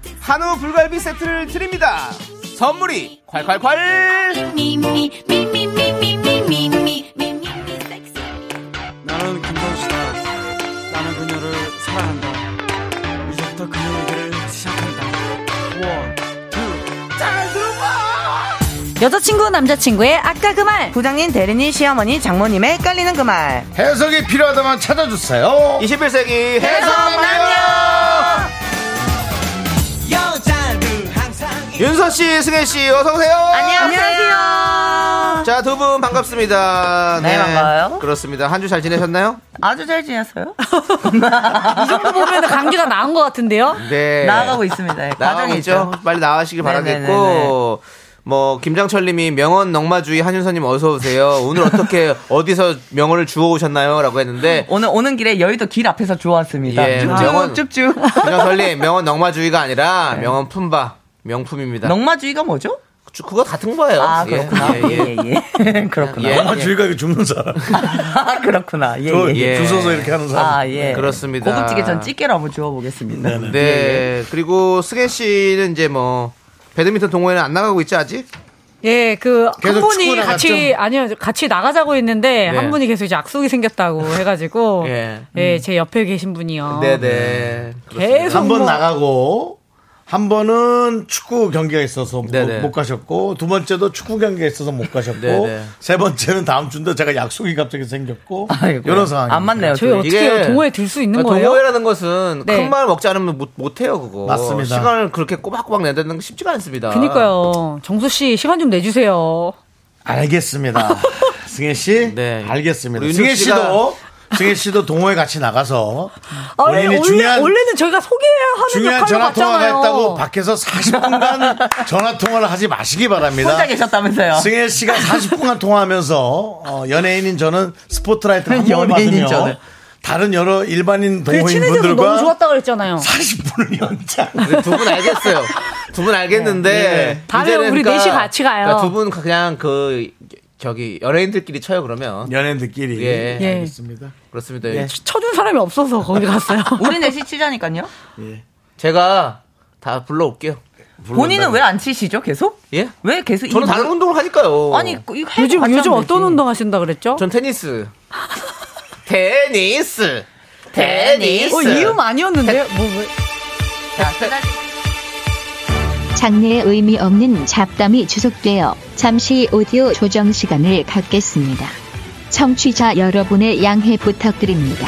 Speaker 2: 한우 불갈비 세트를 드립니다 선물이 콸콸콸
Speaker 7: 나는 김선수다. 나는 그녀를 사랑한다. 이제부터 그녀의 길을 시작한다. 원, 투, 잘 들어봐!
Speaker 8: 여자친구 남자친구의 아까 그 말 부장님 대리님 시어머니 장모님의 헷갈리는 그 말
Speaker 1: 해석이 필요하다만 찾아주세요
Speaker 2: 21세기 해성남녀
Speaker 7: 여자는 항상
Speaker 2: 윤서씨 승혜씨 어서오세요 안녕
Speaker 8: 안녕하세요
Speaker 2: 자, 두 분 반갑습니다.
Speaker 8: 네, 반가워요.
Speaker 2: 그렇습니다. 한 주 잘 지내셨나요?
Speaker 9: 아주 잘 지냈어요?
Speaker 8: <laughs> 이 정도 보면 감기가 나은 것 같은데요?
Speaker 2: 네.
Speaker 9: 나아가고 있습니다. 예, 과정이
Speaker 2: 나가겠죠?
Speaker 9: 있죠.
Speaker 2: 빨리 나와시길
Speaker 9: 네네네네.
Speaker 2: 바라겠고. 뭐 김장철님이 명언 넉마주의 한윤서님 어서 오세요. 오늘 어떻게 <laughs> 어디서 명언을 주워 오셨나요?라고 했는데
Speaker 9: 오늘 오는 길에 여의도 길 앞에서 주워왔습니다.
Speaker 2: 예, 명언.
Speaker 9: 춥쭉, 춥쭉.
Speaker 2: 김장철님 명언 넉마주의가 아니라 명언 품바 명품입니다.
Speaker 9: 네. 넉마주의가 뭐죠?
Speaker 2: 주- 그거 같은 거예요.
Speaker 9: 아,
Speaker 2: 예,
Speaker 9: 그렇구나.
Speaker 2: 예, 예.
Speaker 9: 예, 예. <laughs> 그렇구나.
Speaker 2: 예.
Speaker 1: 아, 주위가 이거 죽는 사람.
Speaker 9: 아, 그렇구나. 예,
Speaker 1: 저
Speaker 9: 예. 예.
Speaker 2: 예.
Speaker 1: 주워서 이렇게 하는 사람.
Speaker 9: 아, 예.
Speaker 2: 그렇습니다.
Speaker 9: 고급찌개 전 예, 찌개로 한번 주워보겠습니다.
Speaker 2: 네. 그리고 승혜 씨는 이제 뭐 배드민턴 동호회는 안 나가고 있지 아직?
Speaker 4: 예, 그, 한
Speaker 1: 계속
Speaker 4: 분이
Speaker 1: 축구나
Speaker 4: 같이, 아니요, 같이 나가자고 했는데,
Speaker 2: 네.
Speaker 4: 한 분이 계속 이제 약속이 생겼다고 해가지고,
Speaker 2: 예.
Speaker 4: 예, 제 옆에 계신 분이요.
Speaker 2: 네네.
Speaker 4: 계속.
Speaker 1: 한 번
Speaker 4: 뭐-
Speaker 1: 나가고 한 번은 축구 경기가 있어서 못,
Speaker 2: 네네.
Speaker 1: 못 가셨고 두 번째도 축구 경기가 있어서 못 가셨고
Speaker 2: <laughs> 네네.
Speaker 1: 세 번째는 다음 주인데 제가 약속이 갑자기 생겼고
Speaker 9: 아이고.
Speaker 1: 이런 상황
Speaker 9: 안 맞네요.
Speaker 4: 저희
Speaker 9: 둘이.
Speaker 4: 어떻게 해요? 동호회 들 수 있는 거예요?
Speaker 2: 아, 동호회라는 것은
Speaker 4: 네.
Speaker 2: 큰 말 먹지 않으면 못, 못 해요 그거.
Speaker 1: 맞습니다.
Speaker 2: 시간을 그렇게 꼬박꼬박 내다는 게 쉽지가 않습니다.
Speaker 4: 그니까요. 어, 정수 씨, 시간 좀 내주세요.
Speaker 2: <laughs>
Speaker 1: 알겠습니다. 승혜 씨,
Speaker 2: 네.
Speaker 1: 알겠습니다.
Speaker 2: 우리
Speaker 1: 승혜
Speaker 2: 윤종 씨가-
Speaker 1: 씨도 승혜 씨도 동호회 같이 나가서
Speaker 4: 아, 왜?
Speaker 1: 본인이
Speaker 4: 원래,
Speaker 1: 중요한
Speaker 4: 원래는 저희가 소개해야 하는
Speaker 1: 중요한
Speaker 4: 역할로
Speaker 1: 전화 통화가
Speaker 4: 봤잖아요.
Speaker 1: 했다고 밖에서
Speaker 4: <laughs>
Speaker 1: 40분간 전화 통화를 하지 마시기 바랍니다.
Speaker 9: 혼자 계셨다면서요.
Speaker 1: 승혜 씨가 40분간 통화하면서 어, 연예인인 저는 스포트라이트를 한 번을
Speaker 9: 연예인인
Speaker 1: 받으며
Speaker 9: 저는.
Speaker 1: 다른 여러 일반인
Speaker 4: 그 친해져서 너무
Speaker 1: 동호인분들과
Speaker 4: 좋았다 그랬잖아요.
Speaker 1: 40분을 연장.
Speaker 2: 네, 두 분 알겠어요. 두 분 알겠는데
Speaker 1: 네,
Speaker 4: 다음에
Speaker 2: 이제는 그러니까
Speaker 4: 우리 넷이 같이 가요.
Speaker 2: 두 분 그냥 그 저기 연예인들끼리 쳐요 그러면.
Speaker 1: 연예인들끼리.
Speaker 2: 예.
Speaker 4: 예.
Speaker 1: 알겠습니다.
Speaker 2: 그렇습니다.
Speaker 1: 네.
Speaker 4: 쳐준 사람이 없어서 거기 갔어요.
Speaker 9: 우리 넷이 치자니까요.
Speaker 2: 제가 다 불러올게요.
Speaker 9: 본인은 왜 안 치시죠, 계속?
Speaker 2: 예?
Speaker 9: 왜 계속 이
Speaker 4: 뭐?
Speaker 2: 저는 다른
Speaker 9: 물-
Speaker 2: 운동을 하니까요.
Speaker 9: 아니, 그, 이거 해도
Speaker 4: 요즘,
Speaker 9: 같이
Speaker 4: 요즘
Speaker 9: 하면
Speaker 4: 어떤
Speaker 9: 되지.
Speaker 4: 운동 하신다 그랬죠?
Speaker 2: 전 테니스. <laughs> 테니스. 테니스.
Speaker 4: 어, 이음 아니었는데요? 뭐, 뭐.
Speaker 9: 자, 그날-
Speaker 10: 장르의 의미 없는 잡담이 주속되어 잠시 오디오 조정 시간을 갖겠습니다. 청취자 여러분의 양해 부탁드립니다.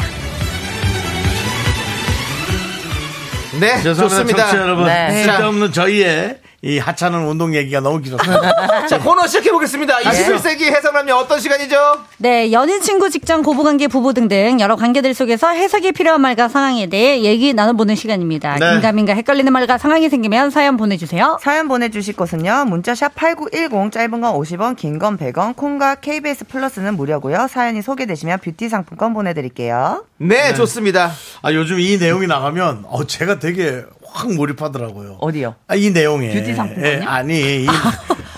Speaker 2: 네,
Speaker 1: 죄송합니다.
Speaker 2: 좋습니다.
Speaker 1: 청취자 여러분.
Speaker 9: 네.
Speaker 1: 쓸데없는 저희의 이 하찮은 운동 얘기가 너무 길었어요.
Speaker 2: <laughs> 자, 코너 시작해보겠습니다. 21세기 해석남녀 어떤 시간이죠?
Speaker 4: 네, 연인, 친구, 직장, 고부관계, 부부 등등 여러 관계들 속에서 해석이 필요한 말과 상황에 대해 얘기 나눠보는 시간입니다.
Speaker 1: 네.
Speaker 4: 긴가민가 헷갈리는 말과 상황이 생기면 사연 보내주세요.
Speaker 9: 사연 보내주실 곳은요. 문자샵 8910 짧은 건 50원 긴 건 100원 콩과 KBS 플러스는 무료고요. 사연이 소개되시면 뷰티 상품권 보내드릴게요.
Speaker 2: 네, 좋습니다.
Speaker 1: 아, 요즘 이 내용이 나가면 어, 제가 되게 확 몰입하더라고요.
Speaker 9: 어디요?
Speaker 1: 아, 이 내용에.
Speaker 9: 뷰티 상품권이요?
Speaker 1: 예, 아니, 이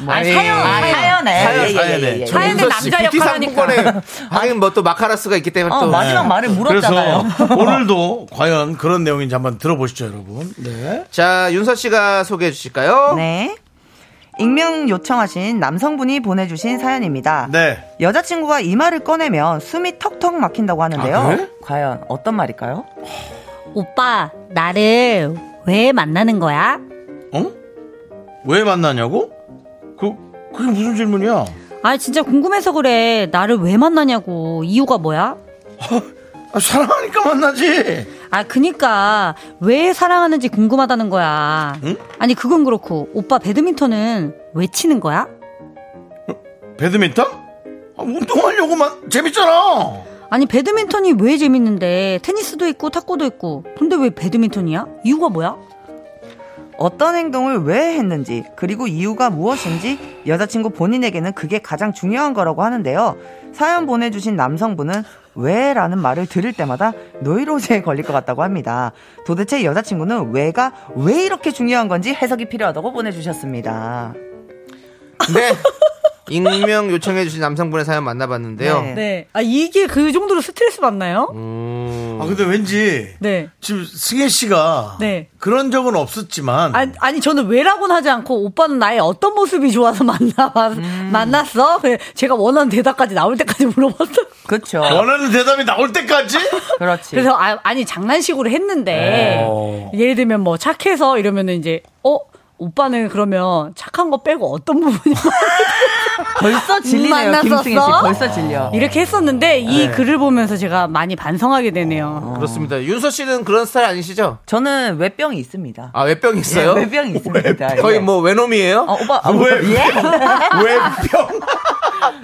Speaker 9: 아,
Speaker 2: 사연,
Speaker 9: 사연에.
Speaker 1: 네. 사연,
Speaker 9: 예, 예,
Speaker 1: 사연에.
Speaker 9: 예, 예.
Speaker 4: 사연에
Speaker 2: 윤서
Speaker 4: 남자
Speaker 2: 씨,
Speaker 4: 역할
Speaker 2: 뷰티
Speaker 4: 하니까.
Speaker 2: 상품권에 <laughs> 하긴 뭐 또 마카라스가 있기 때문에
Speaker 9: 어,
Speaker 2: 또
Speaker 9: 맞아요. 마지막 말을 물었잖아요.
Speaker 1: 예. 그래서 오늘도 <laughs> 과연 그런 내용인지 한번 들어보시죠, 여러분. 네.
Speaker 2: 자 윤서 씨가 소개해 주실까요?
Speaker 9: 네. 익명 요청하신 남성분이 보내주신 사연입니다.
Speaker 1: 네.
Speaker 9: 여자친구가 이 말을 꺼내면 숨이 턱턱 막힌다고 하는데요.
Speaker 1: 아, 그래?
Speaker 9: 과연 어떤 말일까요?
Speaker 4: 오빠, 나를 왜 만나는 거야?
Speaker 1: 어? 왜 만나냐고? 그, 그게 무슨 질문이야?
Speaker 4: 아, 진짜 궁금해서 그래. 나를 왜 만나냐고. 이유가 뭐야?
Speaker 1: 아, 사랑하니까 만나지.
Speaker 4: 아, 그니까 왜 사랑하는지 궁금하다는 거야.
Speaker 1: 응?
Speaker 4: 아니, 그건 그렇고 오빠 배드민턴은 왜 치는 거야?
Speaker 1: 배드민턴? 아, 운동하려고만 재밌잖아.
Speaker 4: 아니 배드민턴이 왜 재밌는데 테니스도 있고 탁구도 있고 근데 왜 배드민턴이야? 이유가 뭐야?
Speaker 9: 어떤 행동을 왜 했는지 그리고 이유가 무엇인지 여자친구 본인에게는 그게 가장 중요한 거라고 하는데요. 사연 보내주신 남성분은 왜라는 말을 들을 때마다 노이로제에 걸릴 것 같다고 합니다. 도대체 여자친구는 왜가 왜 이렇게 중요한 건지 해석이 필요하다고 보내주셨습니다.
Speaker 2: 네. 익명 요청해 주신 남성분의 사연 만나봤는데요.
Speaker 9: 네.
Speaker 4: 네. 아 이게 그 정도로 스트레스 받나요?
Speaker 1: 아, 근데 왠지
Speaker 4: 네.
Speaker 1: 지금 승혜 씨가
Speaker 4: 네.
Speaker 1: 그런 적은 없었지만
Speaker 4: 아, 아니 저는 왜라고는 하지 않고 오빠는 나의 어떤 모습이 좋아서 <laughs> 만나 만났어? 그래, 제가 원하는 대답까지 나올 때까지 물어봤어.
Speaker 9: 그렇죠.
Speaker 4: 아.
Speaker 1: 원하는 대답이 나올 때까지?
Speaker 9: 그렇지.
Speaker 4: 그래서 아, 아니 장난식으로 했는데
Speaker 1: 어.
Speaker 4: 예를 들면 뭐 착해서 이러면은 이제 어 오빠는 그러면 착한 거 빼고 어떤 부분이
Speaker 9: 벌써 질리네요.
Speaker 4: 만났었어?
Speaker 9: 김승혜 씨 벌써 질려. 네.
Speaker 4: 이렇게 했었는데 이 글을 보면서 제가 많이 반성하게
Speaker 2: 어.
Speaker 4: 되네요.
Speaker 2: 그렇습니다. 윤서 씨는 그런 스타일 아니시죠?
Speaker 9: 저는 외병이 있습니다.
Speaker 2: 아 외병 있어요?
Speaker 9: 네, 외병이 있습니다.
Speaker 2: 거의
Speaker 9: 예.
Speaker 2: 뭐 외놈이에요?
Speaker 4: 아.
Speaker 9: 어, 오빠
Speaker 1: 왜,
Speaker 9: 예?
Speaker 1: 왜 병?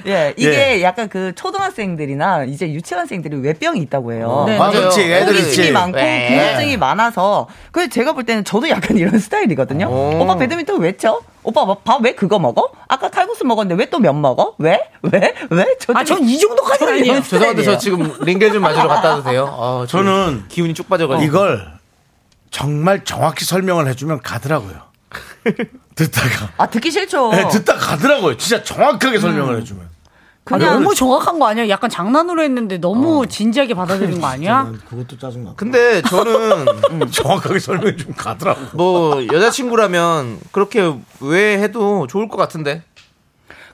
Speaker 9: 예, 이게
Speaker 1: 예.
Speaker 9: 약간 그 초등학생들이나 이제 유치원생들이 외병이 있다고 해요.
Speaker 1: 어,
Speaker 2: 음.
Speaker 1: 네, 아, 맞아요. 그렇지. 애들
Speaker 9: 호기심이
Speaker 1: 있지.
Speaker 9: 많고
Speaker 2: 네.
Speaker 1: 왜?
Speaker 9: 궁금증이 많아서 그래서 제가 볼 때는 저도 약간 이런 스타일이거든요. 오빠 배드민턴 왜 쳐? 오빠 뭐, 밥 왜 그거 먹어? 아까 칼국수 먹었는데 왜 또 면 먹어? 왜? 왜? 왜? 아, 전 이 정도까지는 아니에요.
Speaker 2: 죄송한데 저 지금 링겔 좀 마시러 갔다 와도 돼요? 어, 저
Speaker 1: 저는
Speaker 2: 기운이 쭉
Speaker 4: 어.
Speaker 2: 빠져가지고
Speaker 1: 이걸 정말 정확히 설명을 해주면 가더라고요. <laughs>
Speaker 9: 아, 듣기 싫죠.
Speaker 4: 어.
Speaker 1: 네, 듣다 가더라고요. 진짜 정확하게 설명을 해주면.
Speaker 4: 음.
Speaker 1: 아,
Speaker 4: 그냥 너무 정확한 거 아니야? 약간 장난으로 했는데
Speaker 1: 어.
Speaker 4: 너무 진지하게 받아들인 거 아니야?
Speaker 1: <laughs> 그것도 짜증나.
Speaker 2: 근데
Speaker 9: <laughs>
Speaker 2: 저는
Speaker 1: 정확하게 설명해 주면 가더라고.
Speaker 2: 뭐 여자친구라면 그렇게 왜 해도 좋을 것 같은데.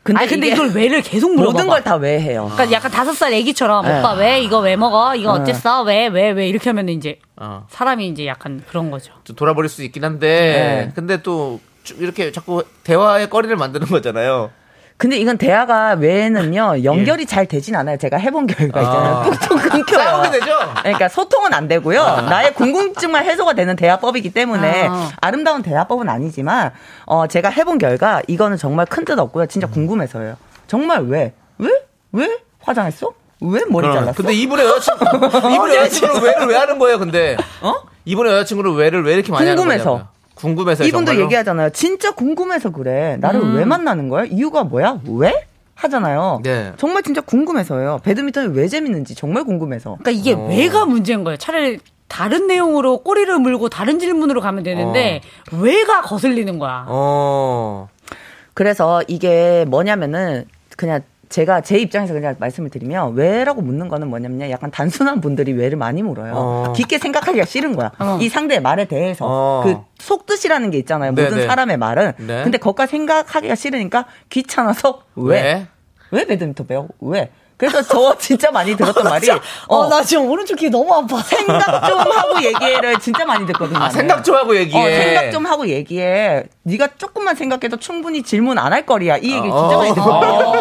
Speaker 4: 근데 아니, 근데 이게 이걸 왜를 계속 물어봐봐. 모든 걸
Speaker 9: 다 왜 해요.
Speaker 4: 그러니까 약간 다섯 살 애기처럼
Speaker 2: 네.
Speaker 4: 오빠 왜 이거 왜 먹어? 이거
Speaker 2: 네.
Speaker 4: 어땠어? 왜 왜 왜 이렇게 하면 이제
Speaker 2: 어.
Speaker 4: 사람이 이제 약간 그런 거죠.
Speaker 2: 좀 돌아버릴 수 있긴 한데
Speaker 9: 네.
Speaker 2: 근데 또 쭉 이렇게 자꾸 대화의 거리를 만드는 거잖아요.
Speaker 9: 근데 이건 대화가 외에는요 연결이 잘 되진 않아요. 제가 해본 결과 있잖아요. 뚝뚝 끊겨요.
Speaker 2: 예. 싸우게 되죠? 아.
Speaker 9: 그러니까 소통은 안 되고요. 나의 궁금증만 해소가 되는 대화법이기 때문에
Speaker 4: 아.
Speaker 9: 아. 름다운 대화법은 아니지만 어 제가 해본 결과 이거는 정말 큰 뜻 없고요. 진짜
Speaker 2: 음.
Speaker 9: 궁금해서요. 정말 왜? 왜? 왜 화장했어? 왜 머리
Speaker 2: 그럼.
Speaker 9: 잘랐어?
Speaker 2: 근데 이분의
Speaker 9: <laughs>
Speaker 2: 여자친구 이분의 여자친구를 왜를 왜 하는 거예요? 근데 어? 이분의 여자친구를 왜를 왜 이렇게 많이
Speaker 9: 궁금해서.
Speaker 2: 하는 거예요? 궁금해서
Speaker 9: 이분도
Speaker 2: 정말로?
Speaker 9: 얘기하잖아요. 진짜 궁금해서 그래. 나를
Speaker 2: 음.
Speaker 9: 왜 만나는 거야? 이유가 뭐야? 왜? 하잖아요.
Speaker 2: 네.
Speaker 9: 정말 진짜 궁금해서요. 배드민턴이 왜 재밌는지 정말 궁금해서.
Speaker 4: 그러니까 이게 왜가 문제인 거예요. 차라리 다른 내용으로 꼬리를 물고 다른 질문으로 가면 되는데 왜가 거슬리는 거야.
Speaker 2: 어.
Speaker 9: 그래서 이게 뭐냐면은 그냥 제가 제 입장에서 그냥 말씀을 드리면 왜라고 묻는 거는 뭐냐면요. 약간 단순한 분들이 왜를 많이 물어요.
Speaker 2: 어.
Speaker 9: 깊게 생각하기가 싫은 거야.
Speaker 4: 어.
Speaker 9: 이 상대의 말에 대해서
Speaker 2: 어.
Speaker 9: 그 속뜻이라는 게 있잖아요.
Speaker 2: 네,
Speaker 9: 모든
Speaker 2: 네.
Speaker 9: 사람의 말은.
Speaker 2: 네.
Speaker 9: 근데 거기까 생각하기가 싫으니까 귀찮아서 왜? 왜 배드민턴 배워? 왜? 그래서 저 <laughs> 진짜 많이 들었던 말이 어,
Speaker 4: 아, 나 지금 오른쪽 귀 너무 아파.
Speaker 9: 생각 좀 하고 얘기해를 진짜 많이 듣거든요.
Speaker 2: 아, 생각 좀 하고 얘기해.
Speaker 9: 음. 어, 생각 좀 하고 얘기해. 네가 조금만 생각해도 충분히 질문 안 할 거리야. 이 얘기를
Speaker 2: 어.
Speaker 9: 진짜 많이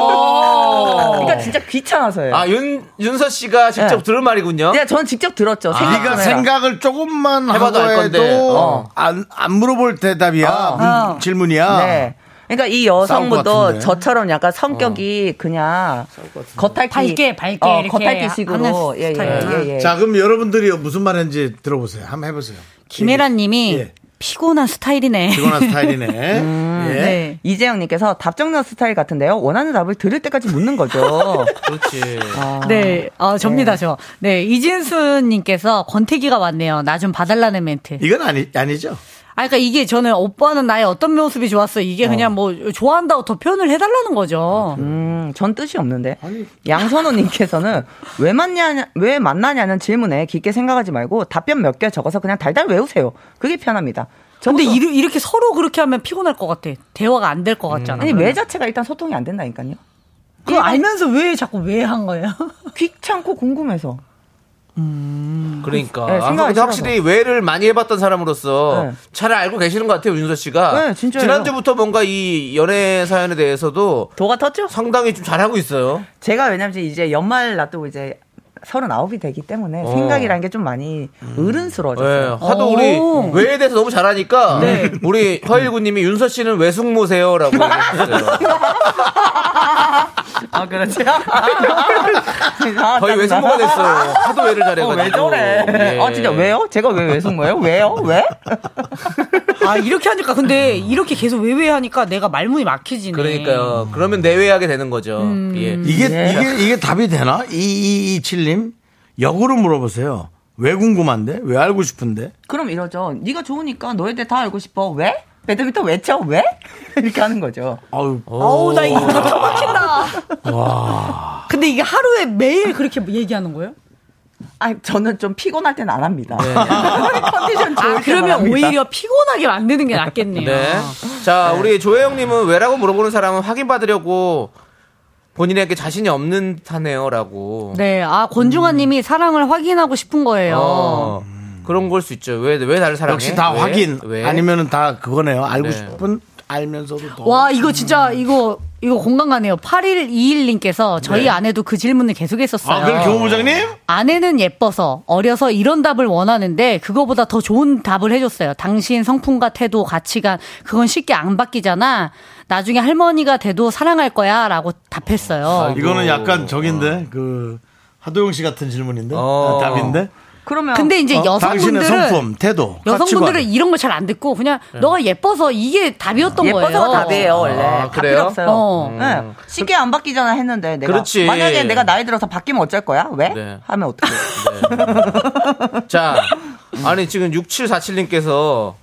Speaker 9: 듣거든요. 그러니까 진짜 귀찮아서요.
Speaker 2: 아, 윤, 윤서 씨가 직접
Speaker 9: 네.
Speaker 2: 들은 말이군요.
Speaker 9: 네, 전 직접 들었죠.
Speaker 2: 아.
Speaker 9: 생각 좀
Speaker 2: 네가
Speaker 9: 해라.
Speaker 1: 생각을 조금만
Speaker 2: 해봐도 알 건데. 어.
Speaker 1: 안, 안 물어볼 대답이야. 문-
Speaker 9: 어.
Speaker 1: 질문이야.
Speaker 9: 네. 그러니까 이
Speaker 1: 싸울 것
Speaker 9: 여성분도
Speaker 1: 같은데.
Speaker 9: 저처럼 약간 성격이 그냥 겉핥기
Speaker 4: 밝게, 밝게
Speaker 9: 어,
Speaker 4: 이렇게 하는
Speaker 9: 겉핥기식으로 예, 예,
Speaker 4: 스타일이구나.
Speaker 9: 예, 예.
Speaker 1: 네. 자, 그럼 여러분들이 무슨 말 했는지 들어보세요. 한번 해보세요.
Speaker 4: 김혜란님이
Speaker 1: 예.
Speaker 4: 피곤한 스타일이네.
Speaker 1: 피곤한 스타일이네.
Speaker 4: <laughs>
Speaker 1: 예.
Speaker 4: 네.
Speaker 9: 이재영님께서 답정너 스타일 같은데요. 원하는 답을 들을 때까지 묻는 거죠.
Speaker 2: 그렇지.
Speaker 4: 네, 아, 접니다, 저. 네, 이진수님께서 권태기가 왔네요. 나 좀 봐달라는 멘트.
Speaker 1: 이건 아니, 아니죠.
Speaker 4: 아, 그러니까 이게 저는 오빠는 나의 어떤 모습이 좋았어. 이게 그냥 뭐, 좋아한다고 더 표현을 해달라는 거죠.
Speaker 9: 음, 전 뜻이 없는데. 양선호님께서는 <laughs> 왜 만나냐, 왜 만나냐는 질문에 깊게 생각하지 말고 답변 몇 개 적어서 그냥 달달 외우세요. 그게 편합니다.
Speaker 4: 근데
Speaker 9: 적어서-
Speaker 4: 이르- 이렇게 서로 그렇게 하면 피곤할 것 같아. 대화가 안 될 것 같잖아.
Speaker 9: 음. 아니,
Speaker 4: 그러면.
Speaker 9: 왜 자체가 일단 소통이 안 된다니까요.
Speaker 4: 그거 알면서 왜 자꾸 왜 한 거예요?
Speaker 9: <laughs> 귀찮고 궁금해서.
Speaker 2: 그러니까.
Speaker 9: 네,
Speaker 2: 아, 근데
Speaker 9: 생각이 싫어서.
Speaker 2: 확실히 외를 많이 해봤던 사람으로서
Speaker 9: 네.
Speaker 2: 잘 알고 계시는 것 같아요, 윤서 씨가.
Speaker 9: 네, 진짜예요.
Speaker 2: 지난주부터 뭔가 이 연애 사연에 대해서도
Speaker 9: 도가 텄죠?
Speaker 2: 상당히 좀 잘하고 있어요.
Speaker 9: 제가 왜냐면 이제 연말 놔두고 이제 서른아홉이 되기 때문에
Speaker 2: 어. 음.
Speaker 9: 생각이란 게 좀 많이
Speaker 2: 네,
Speaker 9: 어른스러워졌어요.
Speaker 2: 하도 우리 외에 대해서 너무 잘하니까
Speaker 9: 네.
Speaker 2: 우리 허일구님이 윤서 씨는 외숙모세요라고
Speaker 9: <laughs>
Speaker 2: 얘기했어요.
Speaker 9: 아, 그렇지. 아,
Speaker 2: 거의 외숙모가 됐어요. 하도 외를
Speaker 9: 어,
Speaker 2: 잘해가지고.
Speaker 9: 왜 저래?
Speaker 2: 예.
Speaker 9: 아, 진짜 왜요? 제가 왜 외숙 거예요? 왜요? 왜?
Speaker 4: 아, 이렇게 하니까 근데 이렇게 계속 왜왜 하니까 내가 말문이 막히지네.
Speaker 2: 그러니까요. 그러면 내외하게 되는 거죠.
Speaker 9: 음.
Speaker 2: 예.
Speaker 1: 이게, 이게, 이게 답이 되나? 2227님? 역으로 물어보세요. 왜 궁금한데? 왜 알고 싶은데?
Speaker 9: 그럼 이러죠. 네가 좋으니까 너에 대해 다 알고 싶어. 왜? 배드민턴 왜 쳐? 왜? <laughs> 이렇게 하는 거죠.
Speaker 1: 아유,
Speaker 4: 어우, 나 이거 기가 막힌다. 근데 이게 하루에 매일 그렇게 얘기하는 거예요?
Speaker 9: 아, 저는 좀 피곤할 땐 안 합니다.
Speaker 2: 네.
Speaker 9: <laughs> 컨디션 좋을
Speaker 4: 아,
Speaker 9: 때만
Speaker 4: 그러면
Speaker 9: 합니다.
Speaker 4: 오히려 피곤하게 만드는 게 낫겠네요.
Speaker 2: 네. 자, 우리 조혜영님은 왜라고 물어보는 사람은 확인받으려고 본인에게 자신이 없는 듯하네요라고. 음.
Speaker 4: 네, 아, 권중환 님이 사랑을 확인하고 싶은 거예요.
Speaker 2: 어, 그런 걸 수 있죠. 왜, 왜 나를 사랑해?
Speaker 1: 역시 다
Speaker 2: 왜?
Speaker 1: 확인.
Speaker 2: 왜?
Speaker 1: 아니면은 다 그거네요. 알고
Speaker 2: 네.
Speaker 1: 싶은, 알면서도 더.
Speaker 4: 와, 이거 아, 진짜, 이거 이거 공감 가네요. 8121님께서 저희
Speaker 1: 네.
Speaker 4: 아내도 그 질문을 계속 했었어요.
Speaker 1: 아, 그럼 교무부장님?
Speaker 4: 아내는 예뻐서 어려서 이런 답을 원하는데 그거보다 더 좋은 답을 해줬어요. 당신 성품과 태도, 가치관 그건 쉽게 안 바뀌잖아. 나중에 할머니가 돼도 사랑할 거야 라고 답했어요.
Speaker 1: 이거는 약간 적인데 그 하도영 씨 같은 질문인데 아, 답인데.
Speaker 9: 그러면
Speaker 4: 근데 이제
Speaker 1: 어?
Speaker 4: 여성분들은
Speaker 1: 당신의 성품, 태도,
Speaker 4: 여성분들은
Speaker 1: 가치관.
Speaker 4: 이런 걸 잘 안 듣고 그냥 너가 예뻐서 이게 답이었던
Speaker 9: 예뻐서가
Speaker 4: 거예요.
Speaker 9: 답이에요, 원래. 아, 다 필요 없어요.
Speaker 4: 어.
Speaker 9: 네. 쉽게 안 바뀌잖아 했는데
Speaker 2: 음.
Speaker 9: 내가
Speaker 2: 그렇지.
Speaker 9: 만약에 내가 나이 들어서 바뀌면 어쩔 거야? 왜?
Speaker 2: 네.
Speaker 9: 하면 어떡해?
Speaker 2: 자, 아니 지금 6747님께서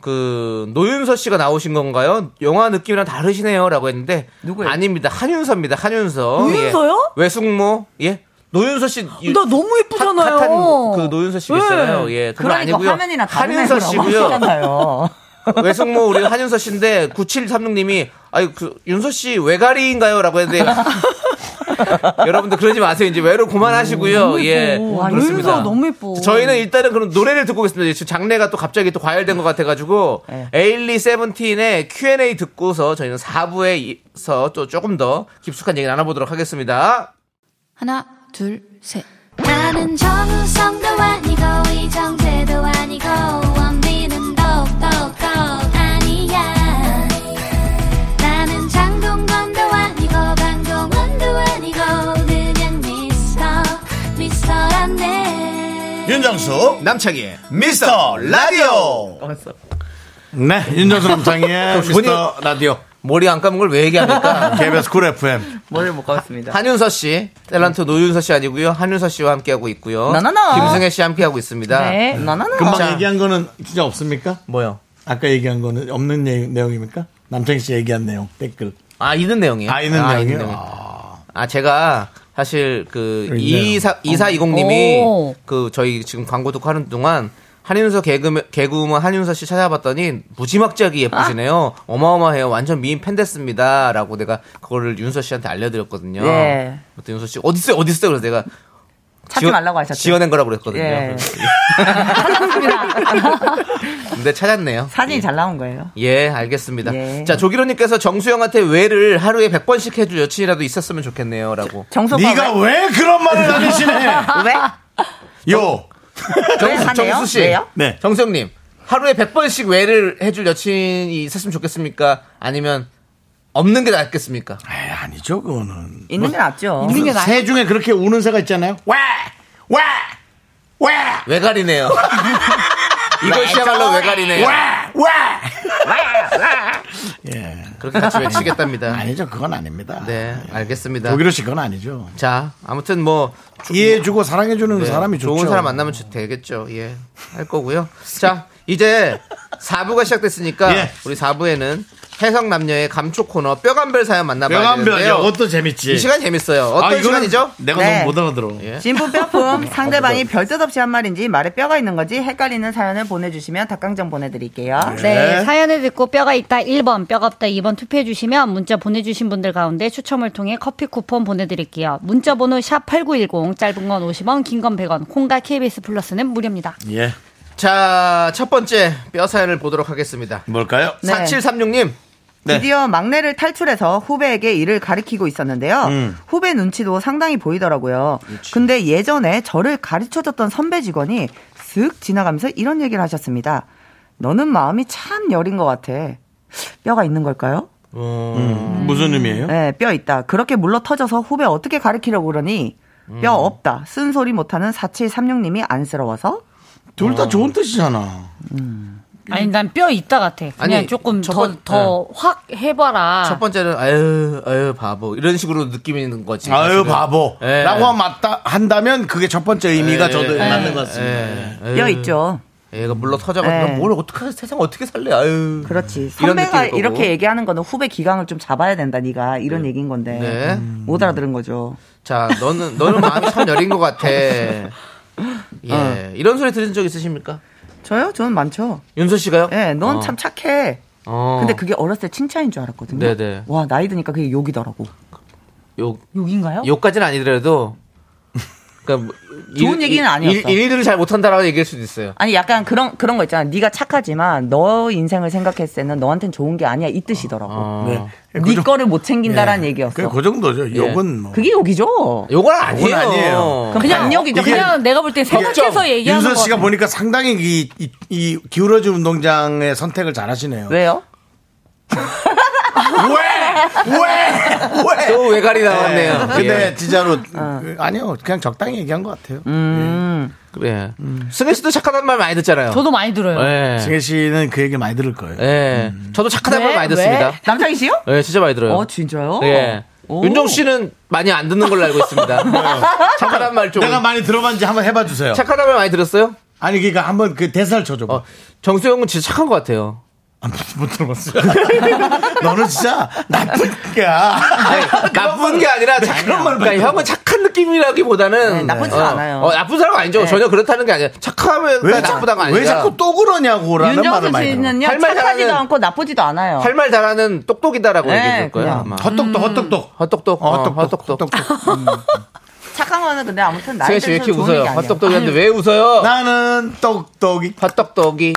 Speaker 2: 그 노윤서 씨가 나오신 건가요? 영화 느낌이랑 다르시네요라고 했는데 누구예요? 아닙니다. 한윤서입니다. 한윤서.
Speaker 4: 노윤서요?
Speaker 2: 예. 외숙모. 예. 노윤서 씨. 나
Speaker 4: 너무 예쁘잖아요.
Speaker 2: 핫한 그 노윤서 씨 있잖아요.
Speaker 9: 음.
Speaker 4: 네.
Speaker 2: 예. 그건
Speaker 4: 그러니까
Speaker 2: 아니고요.
Speaker 4: 화면이나 다른
Speaker 2: 한윤서
Speaker 4: 애들하고
Speaker 2: 씨고요.
Speaker 4: 하시잖아요.
Speaker 2: 외숙모 우리 한윤서 씨인데 9736님이 아유 그 윤서 씨 외가리인가요라고
Speaker 4: <laughs>
Speaker 2: 했는데 여러분들 그러지 마세요. 이제 외로 그만하시고요. 예.
Speaker 4: 음, 와,
Speaker 2: 그렇습니다.
Speaker 4: 윤서 너무 예뻐.
Speaker 2: 저희는 일단은 그럼 노래를 듣고 오겠습니다. 지금 장래가 또 갑자기 또 과열된 것 같아가지고
Speaker 1: 네.
Speaker 2: 에일리 세븐틴의 Q&A 듣고서 저희는 4부에서 또 조금 더 깊숙한 얘기 나눠보도록 하겠습니다.
Speaker 4: 하나, 둘, 셋.
Speaker 5: 나는 정우성도 아니고 이정재도 아니고 원빈은 더욱더 아니야 나는 장동건도 아니고 강동원도 아니고 그냥 미스터 미스터란데
Speaker 1: 윤정수
Speaker 2: 남창희
Speaker 1: 미스터 라디오. 네, 윤정수 남창희의 미스터 라디오.
Speaker 2: 머리 안 감은 걸 왜 얘기합니까?
Speaker 1: <laughs> KBS 쿨 FM.
Speaker 9: 머리를 못 감았습니다.
Speaker 2: 한윤서 씨, 탤런트 노윤서 씨 아니고요. 한윤서 씨와 함께 하고 있고요.
Speaker 1: 나나나. 네.
Speaker 2: 김승혜 씨 함께 하고 있습니다.
Speaker 9: 네.
Speaker 1: 금방
Speaker 2: 자,
Speaker 1: 얘기한 거는 진짜 없습니까?
Speaker 2: 뭐요?
Speaker 1: 아까 얘기한 거는 없는 예- 내용입니까? 남창희 씨 얘기한 내용 댓글.
Speaker 2: 아 있는 내용이에요.
Speaker 1: 아, 있는 내용이요?
Speaker 2: 아 제가 사실 그
Speaker 1: 있네요.
Speaker 2: 이사
Speaker 1: 어.
Speaker 2: 이사 이공님이
Speaker 1: 오.
Speaker 2: 그 저희 지금 광고 듣고 하는 동안 한윤서 개그맨 개그우먼 한윤서 씨 찾아봤더니 무지막지하게 예쁘시네요.
Speaker 9: 아.
Speaker 2: 어마어마해요. 완전 미인 팬 됐습니다라고 내가 그거를 윤서 씨한테 알려드렸거든요.
Speaker 9: 예.
Speaker 2: 그때 윤서 씨 어디 있어요? 어디 있어요? 그래서 내가
Speaker 9: 찾지 말라고 하셨죠.
Speaker 2: 지어낸 거라고 그랬거든요.
Speaker 9: 예.
Speaker 2: 근데 찾았네요.
Speaker 9: 사진이 잘 나온 거예요.
Speaker 2: 예, 알겠습니다. 자, 조기로님께서 정수영한테 왜를 하루에 100번씩 해줄 여친이라도 있었으면 좋겠네요. 라고.
Speaker 9: 정수
Speaker 1: 오빠 네가 왜? 왜 그런 말을
Speaker 2: <laughs>
Speaker 1: 하시네?
Speaker 9: 왜?
Speaker 1: 요.
Speaker 9: 왜
Speaker 2: 정수,
Speaker 9: 하네요?
Speaker 2: 아, 정수씨.
Speaker 9: 왜요?
Speaker 1: 네.
Speaker 2: 정수영님. 하루에 100번씩 왜를 해줄 여친이 있었으면 좋겠습니까? 아니면 없는 게 낫겠습니까?
Speaker 1: 에 아니죠, 그거는. 뭐,
Speaker 9: 있는 게 낫죠.
Speaker 1: 새 중에 그렇게 우는 새가 있잖아요. 왜? 왜? 왜?
Speaker 9: <laughs>
Speaker 2: 외가리네요. 이것이야말로 외가리네요.
Speaker 1: 예.
Speaker 2: 그렇게 같이 외치겠답니다.
Speaker 1: 아니죠, 그건 아닙니다.
Speaker 2: 네, 알겠습니다.
Speaker 1: 독일어 씨 그건 아니죠.
Speaker 2: 자, 아무튼 뭐
Speaker 1: 이해해주고 사랑해주는
Speaker 2: 네,
Speaker 1: 사람이 좋죠.
Speaker 2: 좋은 사람 만나면 좋- 되겠죠. 예. 할 거고요. 자, 이제 4부가 시작됐으니까
Speaker 1: 예.
Speaker 2: 우리 4부에는 해성 남녀의 감초 코너 뼈간별 사연 만나봐야
Speaker 1: 명함별
Speaker 2: 되는데요.
Speaker 1: 이것도 재밌지. 아,
Speaker 2: 이 시간 재밌어요. 어떤
Speaker 1: 이거는
Speaker 2: 시간이죠? 예.
Speaker 1: 내가 너무
Speaker 9: 네.
Speaker 1: 못 알아들어.
Speaker 9: 진품 뼈품 상대방이 별뜻 없이 한 말인지 말에 뼈가 있는 건지 헷갈리는 사연을 보내주시면 닭강정 보내드릴게요.
Speaker 4: 네, 사연을 듣고 뼈가 있다 1번, 뼈가 없다 2번 투표해 주시면 문자 보내주신 분들 가운데 추첨을 통해 커피 쿠폰 보내드릴게요. 문자 번호 샵8910, 짧은 건 50원, 긴 건 100원, 콩과 KBS 플러스는 무료입니다.
Speaker 1: 예.
Speaker 2: 자, 첫 번째 뼈 사연을 보도록 하겠습니다.
Speaker 1: 뭘까요?
Speaker 9: 네.
Speaker 2: 4736님. 네.
Speaker 9: 드디어 막내를 탈출해서 후배에게 일을 가리키고 있었는데요.
Speaker 2: 음.
Speaker 9: 후배 눈치도 상당히 보이더라고요. 근데 예전에 저를 가르쳐줬던 선배 직원이 슥 지나가면서 이런 얘기를 하셨습니다. 너는 마음이 참 여린 것 같아. 뼈가 있는 걸까요?
Speaker 1: 무슨 의미예요?
Speaker 9: 네, 뼈 있다. 그렇게 물러 터져서 후배 어떻게 가리키려고 그러니 뼈
Speaker 1: 음.
Speaker 9: 없다. 쓴소리 못하는 4736님이 안쓰러워서
Speaker 1: 둘
Speaker 2: 어.
Speaker 1: 다 좋은 뜻이잖아.
Speaker 4: 아니, 난 뼈 있다 같아.
Speaker 9: 네,
Speaker 4: 그냥
Speaker 2: 아니,
Speaker 4: 조금
Speaker 2: 첫
Speaker 4: 더,
Speaker 2: 번- 네.
Speaker 4: 더 확 해봐라.
Speaker 2: 첫 번째는 아유, 아유 바보. 이런 식으로 느낌이 있는 거지.
Speaker 1: 아유
Speaker 2: 사실은.
Speaker 1: 바보.
Speaker 2: 예.
Speaker 1: 라고 하면 맞다 한다면 그게 첫 번째 의미가
Speaker 2: 예,
Speaker 1: 저도
Speaker 2: 예,
Speaker 1: 맞는 것
Speaker 2: 예,
Speaker 1: 같습니다.
Speaker 2: 예.
Speaker 9: 뼈 있죠.
Speaker 2: 얘가 물러 터져가지고
Speaker 9: 예.
Speaker 2: 나뭘 어떻게 세상 어떻게 살래? 아유.
Speaker 9: 그렇지.
Speaker 2: 음. 이런
Speaker 9: 선배가
Speaker 2: 느낌일 거고.
Speaker 9: 이렇게 얘기하는 거는 후배 기강을 좀 잡아야 된다, 네가 이런 얘기인 건데
Speaker 2: 네.
Speaker 9: 못 알아들은 거죠.
Speaker 2: 자, 너는 너는 마음이 참 여린
Speaker 1: <laughs>
Speaker 2: 것 같아. 예,
Speaker 9: 어.
Speaker 2: 이런 소리 들은 적 있으십니까?
Speaker 9: 저요? 저는 많죠.
Speaker 2: 윤서 씨가요?
Speaker 9: 네, 넌
Speaker 2: 어.
Speaker 9: 참 착해.
Speaker 2: 어.
Speaker 9: 근데 그게 어렸을 때 칭찬인 줄 알았거든요.
Speaker 2: 네네.
Speaker 9: 와 나이 드니까 그게 욕이더라고.
Speaker 2: 욕
Speaker 4: 욕인가요?
Speaker 2: 욕까지는 아니더라도 그러니까
Speaker 9: 좋은 얘기는 아니었어.
Speaker 2: 일, 일을 잘 못한다라고 얘기할 수도 있어요.
Speaker 9: 아니 약간 그런 그런 거 있잖아. 네가 착하지만 너 인생을 생각했을 때는 너한테는 좋은 게 아니야 이 뜻이더라고.
Speaker 2: 어.
Speaker 1: 어.
Speaker 9: 네. 거를 못 챙긴다라는
Speaker 2: 예.
Speaker 9: 얘기였어.
Speaker 1: 그게 그 정도죠. 욕은 뭐.
Speaker 9: 그게 욕이죠.
Speaker 2: 욕은
Speaker 1: 욕은 아니에요.
Speaker 9: 그럼
Speaker 1: 그냥
Speaker 9: 반역이죠.
Speaker 1: 이게-
Speaker 9: 그냥
Speaker 4: 내가 볼 때 생각해서 얘기하는
Speaker 1: 예.
Speaker 4: 거
Speaker 1: 윤서 씨가 보니까 상당히 이, 이, 이 기울어진 운동장의 선택을 잘 하시네요.
Speaker 9: 왜요?
Speaker 1: 왜?
Speaker 2: 또 외갈이 나왔네요.
Speaker 1: 네. 근데
Speaker 2: 예.
Speaker 1: 진짜로
Speaker 4: 어.
Speaker 1: 그, 아니요. 그냥 적당히 얘기한 것 같아요.
Speaker 4: 음.
Speaker 2: 그래. 예.
Speaker 1: 음.
Speaker 2: 승혜 씨도 착하다는 말 많이 듣잖아요.
Speaker 4: 저도 많이 들어요.
Speaker 2: 예.
Speaker 1: 승혜 씨는 그 얘기 많이 들을 거예요.
Speaker 2: 예.
Speaker 1: 음.
Speaker 2: 저도 착하다는
Speaker 4: 왜?
Speaker 2: 말 많이 듣습니다.
Speaker 4: 왜?
Speaker 9: 남창희 씨요?
Speaker 2: 예, 진짜 많이 들어요.
Speaker 9: 어 진짜요?
Speaker 2: 예.
Speaker 9: 오.
Speaker 2: 윤종 씨는 많이 안 듣는 걸로 알고
Speaker 1: <laughs>
Speaker 2: 있습니다. 착하단 말 좀.
Speaker 1: 네. 내가 많이 들어봤는지 한번 해봐 주세요.
Speaker 2: 착하단 말 많이 들었어요? 어,
Speaker 1: 아니 그러니까 한번 그 대사를 쳐줘봐.
Speaker 2: 정수영은 진짜 착한 것 같아요.
Speaker 1: 못 들어봤어요. <laughs> 너는 진짜 나쁜 거야.
Speaker 2: 아니, 나쁜 게 아니라 착한
Speaker 1: 네, 그런 말을
Speaker 2: 그러니까 형은 착한 느낌이라기보다는
Speaker 9: 네, 나쁘진
Speaker 2: 어,
Speaker 9: 않아요.
Speaker 2: 어, 나쁜 사람 아니죠.
Speaker 9: 네.
Speaker 2: 전혀 그렇다는 게 아니라 착하면
Speaker 1: 왜
Speaker 2: 나쁘다가
Speaker 1: 자꾸
Speaker 2: 아니라
Speaker 1: 왜 자꾸 또 그러냐고라는 말을
Speaker 9: 윤정수
Speaker 1: 많이 들어.
Speaker 9: 씨는요
Speaker 2: 할 말이
Speaker 9: 착하지도
Speaker 2: 하나는-
Speaker 9: 않고 나쁘지도 않아요.
Speaker 2: 할 말 잘하는 똑똑이다라고
Speaker 9: 어. 네,
Speaker 2: 얘기해 줄 거예요.
Speaker 9: 그냥.
Speaker 2: 아마.
Speaker 1: 헛똑똑 헛똑똑.
Speaker 2: 헛똑똑.
Speaker 1: 어,
Speaker 2: 어,
Speaker 1: 헛똑똑,
Speaker 2: 헛똑똑.
Speaker 9: 착한 거는 근데 아무튼 나이
Speaker 2: 승혜 씨왜
Speaker 9: 들수록
Speaker 2: 이렇게
Speaker 9: 좋은
Speaker 2: 웃어요?
Speaker 9: 얘기 아니야.
Speaker 2: 헛똑똑이었는데 왜 웃어요?
Speaker 1: 나는 똑똑이.
Speaker 2: 헛똑똑이.